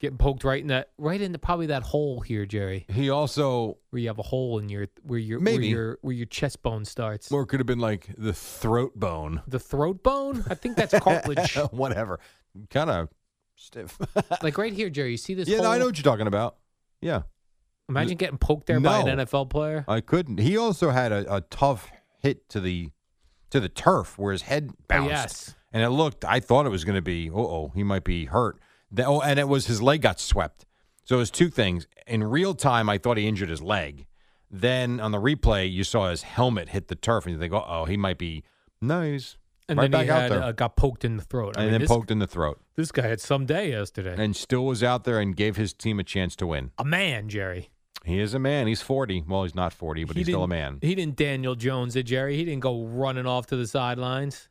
Speaker 2: getting poked right in that, right into probably that hole here, Jerry,
Speaker 1: He also,
Speaker 2: where you have a hole in your where your
Speaker 1: Maybe.
Speaker 2: where your where your chest bone starts.
Speaker 1: or it could have been like the throat bone,
Speaker 2: The throat bone? I think that's cartilage.
Speaker 1: whatever. Kind of stiff.
Speaker 2: like right here, Jerry. You see this?
Speaker 1: yeah, no, I
Speaker 2: hole?
Speaker 1: know what you're talking about. Yeah,
Speaker 2: Imagine getting poked there by an
Speaker 1: No.
Speaker 2: NFL player.
Speaker 1: I couldn't. He also had a, a tough hit to the to the turf where his head bounced.
Speaker 2: Oh, yes.
Speaker 1: And it looked, I thought it was going to be, uh oh, he might be hurt. The- oh, and it was his leg got swept. So it was two things. In real time, I thought he injured his leg. Then on the replay, you saw his helmet hit the turf, and you think, uh oh, he might be nice.
Speaker 2: And then
Speaker 1: right back
Speaker 2: he
Speaker 1: out
Speaker 2: had,
Speaker 1: there.
Speaker 2: uh, got poked in the throat. I
Speaker 1: and
Speaker 2: mean,
Speaker 1: then
Speaker 2: this,
Speaker 1: poked in the throat.
Speaker 2: this guy had some day yesterday.
Speaker 1: And still was out there and gave his team a chance to win.
Speaker 2: a man, Jerry.
Speaker 1: He is a man. He's 40. Well, he's not 40, but
Speaker 2: He
Speaker 1: he's still a
Speaker 2: didn't-
Speaker 1: man.
Speaker 2: He didn't Daniel Jones it, Jerry. He didn't go running off to the sidelines.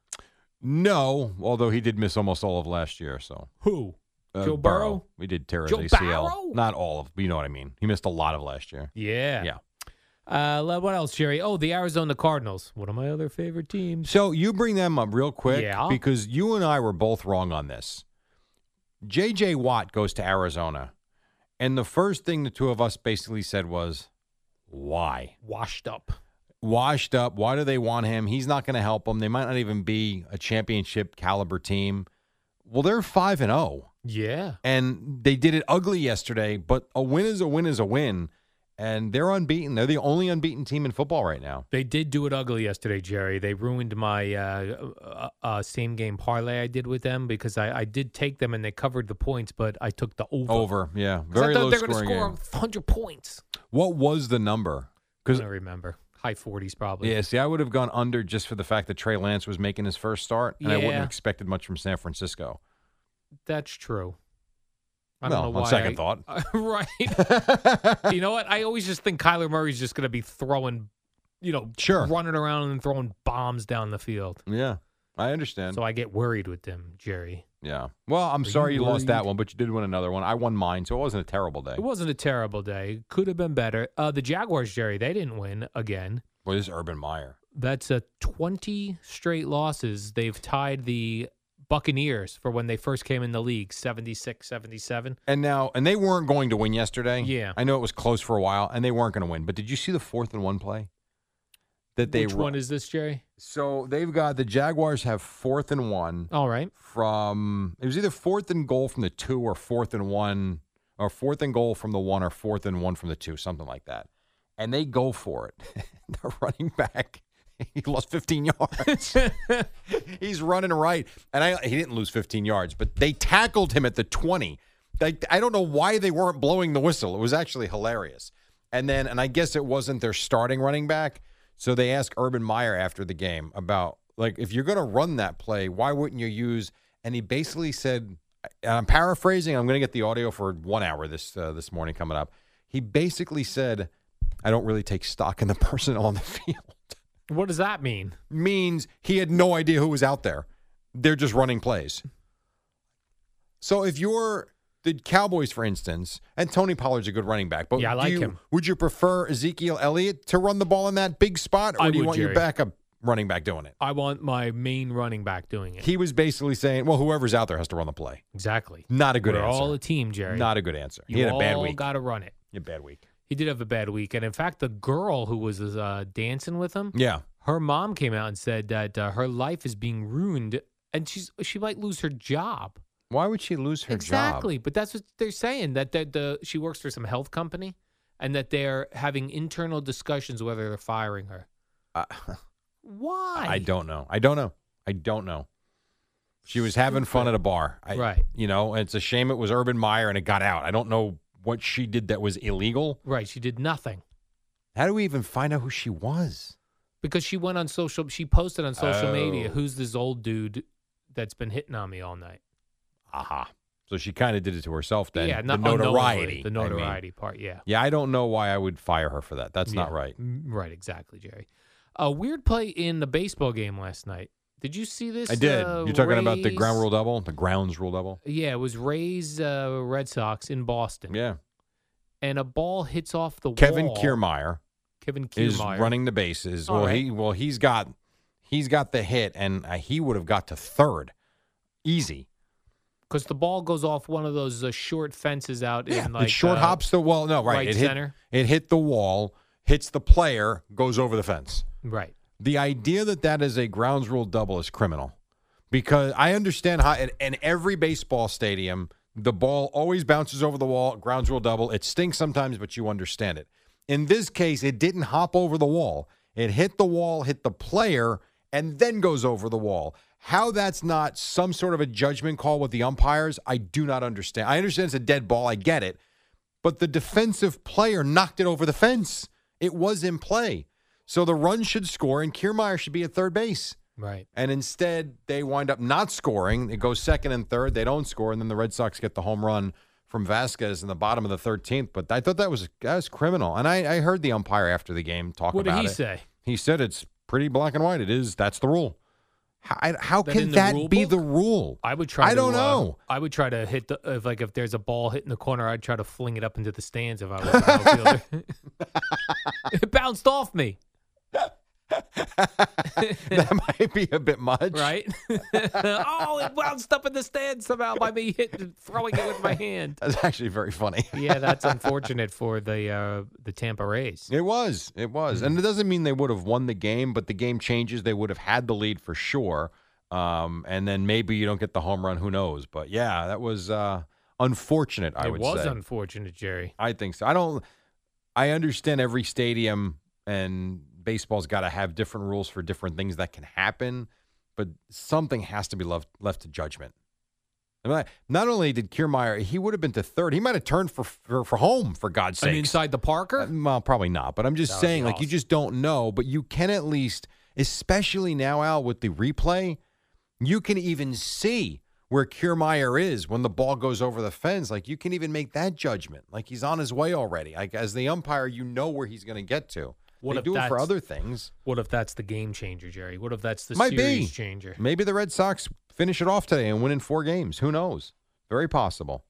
Speaker 1: No, although he did miss almost all of last year, so.
Speaker 2: Who?
Speaker 1: Uh,
Speaker 2: Joe Burrow?
Speaker 1: We did tear his
Speaker 2: Joe
Speaker 1: ACL.
Speaker 2: Burrow?
Speaker 1: Not all of, you know what I mean. He missed a lot of last year.
Speaker 2: Yeah.
Speaker 1: Yeah.
Speaker 2: Uh, le- what else, Jerry? Oh, the Arizona Cardinals, one of my other favorite teams.
Speaker 1: So you bring them up real quick
Speaker 2: Yeah.
Speaker 1: because you and I were both wrong on this. JJ Watt goes to Arizona, and the first thing the two of us basically said was, why?
Speaker 2: Washed up.
Speaker 1: Washed up. Why do they want him? He's not going to help them. They might not even be a championship caliber team. Well, they're 5 and oh. 0.
Speaker 2: Yeah.
Speaker 1: and they did it ugly yesterday, but a win is a win is a win. and they're unbeaten. They're the only unbeaten team in football right now.
Speaker 2: They did do it ugly yesterday, Jerry. They ruined my uh, uh, uh, same game parlay I did with them because I, I did take them and they covered the points, but I took the over.
Speaker 1: Over, yeah,
Speaker 2: 'Cause I
Speaker 1: very
Speaker 2: thought
Speaker 1: low
Speaker 2: they were gonna
Speaker 1: scoring
Speaker 2: score
Speaker 1: game.
Speaker 2: 100 points.
Speaker 1: What was the number?
Speaker 2: I
Speaker 1: Because
Speaker 2: don't remember. High 40s probably.
Speaker 1: yeah, see, I would have gone under just for the fact that Trey Lance was making his first start, and I wouldn't
Speaker 2: Yeah.
Speaker 1: have expected much from San Francisco.
Speaker 2: That's true. I
Speaker 1: Well,
Speaker 2: don't know
Speaker 1: on
Speaker 2: why
Speaker 1: second
Speaker 2: I-
Speaker 1: thought.
Speaker 2: right. you know what? I always just think Kyler Murray's just going to be throwing, you know,
Speaker 1: Sure.
Speaker 2: running around and throwing bombs down the field.
Speaker 1: Yeah, I understand.
Speaker 2: So I get worried with them, Jerry.
Speaker 1: yeah. Well, I'm
Speaker 2: Are
Speaker 1: sorry
Speaker 2: you
Speaker 1: you, lost that
Speaker 2: worried?
Speaker 1: one, but you did win another one. I won mine, so it wasn't a terrible day.
Speaker 2: It wasn't a terrible day. It could have been better. Uh, the Jaguars, Jerry, they didn't win again.
Speaker 1: What is Urban Meyer?
Speaker 2: That's uh, 20 straight losses. They've tied the Buccaneers for when they first came in the league, 76 77.
Speaker 1: And now, and they weren't going to win yesterday.
Speaker 2: Yeah.
Speaker 1: I know it was close for a while, and they weren't going to win. But did you see the fourth and one play that they
Speaker 2: Which
Speaker 1: ru-
Speaker 2: one is this, Jerry?
Speaker 1: So they've got the Jaguars have fourth and one
Speaker 2: All right.
Speaker 1: from it was either fourth and goal from the two or fourth and one or fourth and goal from the one or fourth and one from the two, something like that. And they go for it. the running back, he lost 15 yards. He's running right, and I he didn't lose 15 yards, but they tackled him at the 20. Like I don't know why they weren't blowing the whistle. It was actually hilarious. And then, and I guess it wasn't their starting running back. So they asked Urban Meyer after the game about, like, if you're going to run that play, why wouldn't you use? And he basically said, and I'm paraphrasing, I'm going to get the audio for one hour this uh, this morning coming up. He basically said, I don't really take stock in the person on the field.
Speaker 2: What does that mean?
Speaker 1: Means he had no idea who was out there. They're just running plays. So if you're the Cowboys, for instance, and Tony Pollard's a good running back, but
Speaker 2: Yeah, I
Speaker 1: do
Speaker 2: like
Speaker 1: you-
Speaker 2: him.
Speaker 1: Would you prefer Ezekiel Elliott to run the ball in that big spot, or
Speaker 2: I
Speaker 1: do you
Speaker 2: would,
Speaker 1: want
Speaker 2: Jerry.
Speaker 1: your backup running back doing it?
Speaker 2: I want my main running back doing it.
Speaker 1: He was basically saying, "Well, whoever's out there has to run the play."
Speaker 2: Exactly.
Speaker 1: Not a good
Speaker 2: We're
Speaker 1: answer.
Speaker 2: all a team, Jerry.
Speaker 1: Not a good answer.
Speaker 2: You
Speaker 1: he had a bad
Speaker 2: all
Speaker 1: week.
Speaker 2: got to run it.
Speaker 1: He had a bad week.
Speaker 2: He did have a bad week, and in fact, the girl who was uh, dancing with him,
Speaker 1: Yeah.
Speaker 2: her mom came out and said that uh, her life is being ruined, and she's she might lose her job.
Speaker 1: Why would she lose her job?
Speaker 2: exactly, but that's what they're saying that that the she works for some health company, and that they're having internal discussions whether they're firing her.
Speaker 1: I-
Speaker 2: Why?
Speaker 1: I don't know. I don't know. I don't know. She was having fun at a bar. I,
Speaker 2: Right.
Speaker 1: You know, and it's a shame it was Urban Meyer and it got out. I don't know what she did that was illegal.
Speaker 2: Right? She did nothing.
Speaker 1: How do we even find out who she was?
Speaker 2: Because she went on social, she posted on social media,
Speaker 1: Oh.
Speaker 2: "Who's this old dude that's been hitting on me all night?"
Speaker 1: Aha. So she kind of did it to herself then.
Speaker 2: yeah, not
Speaker 1: the
Speaker 2: unknowingly,
Speaker 1: notoriety.
Speaker 2: the
Speaker 1: I mean.
Speaker 2: notoriety part. Yeah,
Speaker 1: yeah, I don't know why I would fire her for that. That's not
Speaker 2: Yeah.
Speaker 1: right.
Speaker 2: Mm, right, exactly, Jerry. A weird play in the baseball game last night. Did you see this?
Speaker 1: I did.
Speaker 2: uh,
Speaker 1: You're talking about the ground
Speaker 2: Rays-
Speaker 1: rule double, the grounds rule double.
Speaker 2: Yeah, it was Rays uh, Red Sox in Boston,
Speaker 1: Yeah.
Speaker 2: and a ball hits off the
Speaker 1: Kevin
Speaker 2: wall.
Speaker 1: Kiermeyer.
Speaker 2: Kevin
Speaker 1: is
Speaker 2: Kiermaier
Speaker 1: running the bases.
Speaker 2: All
Speaker 1: well,
Speaker 2: right.
Speaker 1: he well he's got he's got the hit, and uh, he would have got to third, easy.
Speaker 2: because the ball goes off one of those uh, short fences out in like
Speaker 1: it short
Speaker 2: uh,
Speaker 1: hops the wall. No, right,
Speaker 2: right
Speaker 1: it hit,
Speaker 2: center.
Speaker 1: It hit the wall, hits the player, goes over the fence.
Speaker 2: Right.
Speaker 1: The idea that that is a grounds rule double is criminal, because I understand how in, in every baseball stadium the ball always bounces over the wall. Grounds rule double. It stinks sometimes, but you understand it. In this case, it didn't hop over the wall. It hit the wall, hit the player, and then goes over the wall. How that's not some sort of a judgment call with the umpires, I do not understand. I understand it's a dead ball. I get it. But the defensive player knocked it over the fence. It was in play. So the run should score, and Kiermeyer should be at third base.
Speaker 2: Right.
Speaker 1: And instead, they wind up not scoring. It goes second and third. They don't score, and then the Red Sox get the home run from Vasquez in the bottom of the thirteenth. But I thought that was that was criminal. And I, I heard the umpire after the game talk
Speaker 2: What did
Speaker 1: about
Speaker 2: he
Speaker 1: it.
Speaker 2: say?
Speaker 1: He said it's pretty black and white. It is. That's the rule. How, I- how
Speaker 2: That in
Speaker 1: can
Speaker 2: the rule
Speaker 1: that be
Speaker 2: book?
Speaker 1: the rule?
Speaker 2: I would try.
Speaker 1: I
Speaker 2: to,
Speaker 1: don't
Speaker 2: uh,
Speaker 1: know.
Speaker 2: I would try to hit the if like if there's a ball hitting the corner, I'd try to fling it up into the stands if I was an outfielder. it bounced off me,
Speaker 1: that might be a bit much.
Speaker 2: right? oh, it bounced up in the stands somehow by me hitting, throwing it with my hand.
Speaker 1: That's actually very funny.
Speaker 2: Yeah, that's unfortunate for the uh, the Tampa Rays.
Speaker 1: It was. It was.
Speaker 2: Mm-hmm.
Speaker 1: And it doesn't mean they would have won the game, but the game changes. They would have had the lead for sure. Um, and then maybe you don't get the home run. Who knows? But yeah, that was uh, unfortunate, I
Speaker 2: it
Speaker 1: would
Speaker 2: was
Speaker 1: say.
Speaker 2: unfortunate, Jerry.
Speaker 1: I think so. I don't. I understand every stadium and baseball's got to have different rules for different things that can happen, but something has to be left left to judgment. I mean, not only did Kiermaier, he would have been to third. He might have turned for for, for home for God's
Speaker 2: I
Speaker 1: sake.
Speaker 2: mean, inside the Parker.
Speaker 1: Uh, well, probably not. But I'm just
Speaker 2: That would be
Speaker 1: saying, like you
Speaker 2: awesome.
Speaker 1: just don't know. But you can at least, especially now, Al, with the replay, you can even see where Kiermaier is when the ball goes over the fence. Like you can even make that judgment. Like he's on his way already. Like as the umpire, you know where he's going to get to.
Speaker 2: What
Speaker 1: they
Speaker 2: if
Speaker 1: do it for
Speaker 2: that's-
Speaker 1: other things.
Speaker 2: What if that's the game changer, Jerry? What if that's the
Speaker 1: Might
Speaker 2: series
Speaker 1: be.
Speaker 2: changer?
Speaker 1: Maybe the Red Sox finish it off today and win in four games. Who knows? Very possible.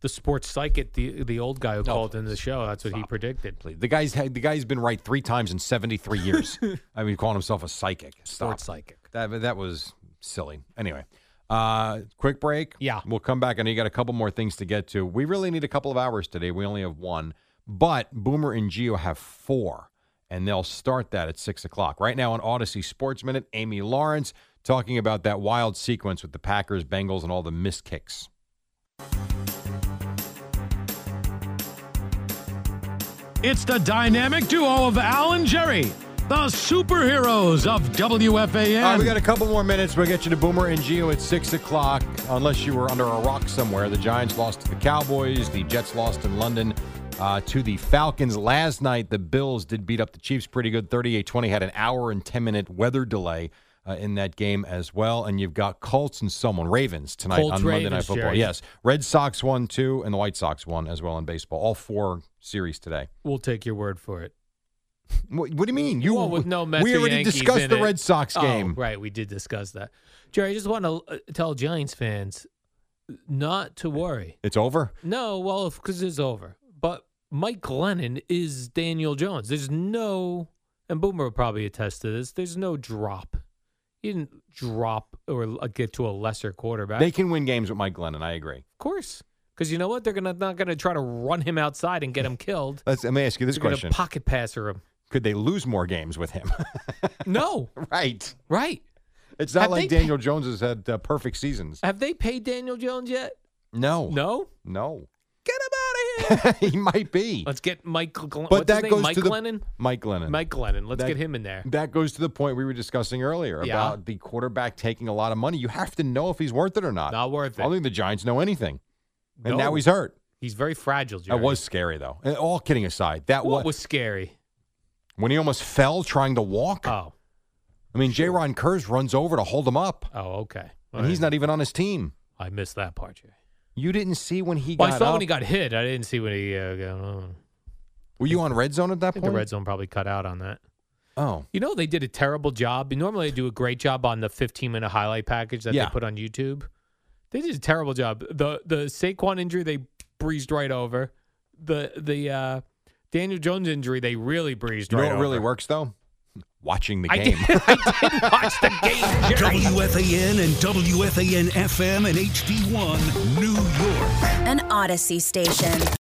Speaker 2: The sports psychic, the the old guy who called in the show, that's what he predicted.
Speaker 1: The guy's had, the guy's been right three times in seventy three years. I mean, calling himself a psychic. Stop.
Speaker 2: Sports psychic.
Speaker 1: That that was silly. Anyway, uh, quick break.
Speaker 2: Yeah.
Speaker 1: we'll come back. I know you got a couple more things to get to. We really need a couple of hours today. We only have one, but Boomer and Geo have four, and they'll start that at six o'clock. Right now on Odyssey Sports Minute, Amy Lawrence talking about that wild sequence with the Packers, Bengals, and all the missed kicks.
Speaker 6: It's the dynamic duo of Al and Jerry, the superheroes of WFAN.
Speaker 1: All right, we got a couple more minutes. We'll get you to Boomer and Geo at 6 o'clock. Unless you were under a rock somewhere. The Giants lost to the Cowboys. The Jets lost in London uh, to the Falcons. Last night, the Bills did beat up the Chiefs pretty good 38 20. Had an hour and 10 minute weather delay uh, in that game as well. And you've got Colts and someone, Ravens, tonight
Speaker 2: Colts,
Speaker 1: on Monday Night
Speaker 2: Ravens,
Speaker 1: Football.
Speaker 2: Jerry.
Speaker 1: Yes. Red Sox won, too, and the White Sox won as well in baseball. All four series today.
Speaker 2: We'll take your word for it.
Speaker 1: What, what do you mean? You
Speaker 2: well, with no Mets
Speaker 1: We
Speaker 2: or
Speaker 1: already
Speaker 2: Yankees
Speaker 1: discussed
Speaker 2: in
Speaker 1: the
Speaker 2: it.
Speaker 1: Red Sox
Speaker 2: Oh,
Speaker 1: game.
Speaker 2: right, we did discuss that. Jerry, I just want to uh, tell Giants fans not to worry.
Speaker 1: It's over?
Speaker 2: No, well, because it's over. But Mike Glennon is Daniel Jones. There's no, and Boomer will probably attest to this. There's no drop. He didn't drop or uh, get to a lesser quarterback.
Speaker 1: They can win games with Mike Glennon. I agree.
Speaker 2: Of course, because you know what? They're gonna not gonna try to run him outside and get him killed.
Speaker 1: Let's, let me ask you this
Speaker 2: They're gonna
Speaker 1: question:
Speaker 2: pocket passer him.
Speaker 1: Could they lose more games with him?
Speaker 2: No,
Speaker 1: right.
Speaker 2: right.
Speaker 1: It's not
Speaker 2: Have
Speaker 1: like
Speaker 2: they-
Speaker 1: Daniel Jones has had uh, perfect seasons.
Speaker 2: Have they paid Daniel Jones yet?
Speaker 1: No,
Speaker 2: No.
Speaker 1: no.
Speaker 2: Get him out of here.
Speaker 1: he might be.
Speaker 2: Let's get Mike. Glenn-
Speaker 1: but
Speaker 2: what's
Speaker 1: that
Speaker 2: his name?
Speaker 1: goes
Speaker 2: Mike
Speaker 1: to the
Speaker 2: Glennon.
Speaker 1: Mike Glennon.
Speaker 2: Mike Glennon. Let's
Speaker 1: That-
Speaker 2: get him in there.
Speaker 1: That goes to the point we were discussing earlier
Speaker 2: Yeah.
Speaker 1: about the quarterback taking a lot of money. You have to know if he's worth it or not.
Speaker 2: Not worth
Speaker 1: I don't
Speaker 2: it.
Speaker 1: think the Giants know anything, and
Speaker 2: No.
Speaker 1: now he's hurt.
Speaker 2: He's very fragile. Jerry.
Speaker 1: That was scary, though. And all kidding aside, that
Speaker 2: What
Speaker 1: was,
Speaker 2: was scary?
Speaker 1: when he almost fell trying to walk.
Speaker 2: Oh.
Speaker 1: I mean, J. Ron Kurz runs over to hold him up,
Speaker 2: Oh, okay.
Speaker 1: and he's not even on his team.
Speaker 2: I missed that part, Jerry.
Speaker 1: You didn't see when he
Speaker 2: Well,
Speaker 1: got
Speaker 2: I saw
Speaker 1: up.
Speaker 2: when he got hit. I didn't see when he. Uh, got, uh,
Speaker 1: Were you on red zone at
Speaker 2: I
Speaker 1: that
Speaker 2: think
Speaker 1: point?
Speaker 2: the red zone probably cut out on that.
Speaker 1: Oh,
Speaker 2: You know, they did a terrible job. Normally, they do a great job on the 15 minute highlight package that
Speaker 1: Yeah.
Speaker 2: they put on YouTube. They did a terrible job. The the Saquon injury, they breezed right over. The the uh, Daniel Jones injury, they really breezed
Speaker 1: you know
Speaker 2: right
Speaker 1: what
Speaker 2: over.
Speaker 1: really works though? Watching the
Speaker 2: I did,
Speaker 1: game.
Speaker 2: I did watch the game. Jerry.
Speaker 4: WFAN and WFAN FM and HD1, New York.
Speaker 8: An Odyssey station.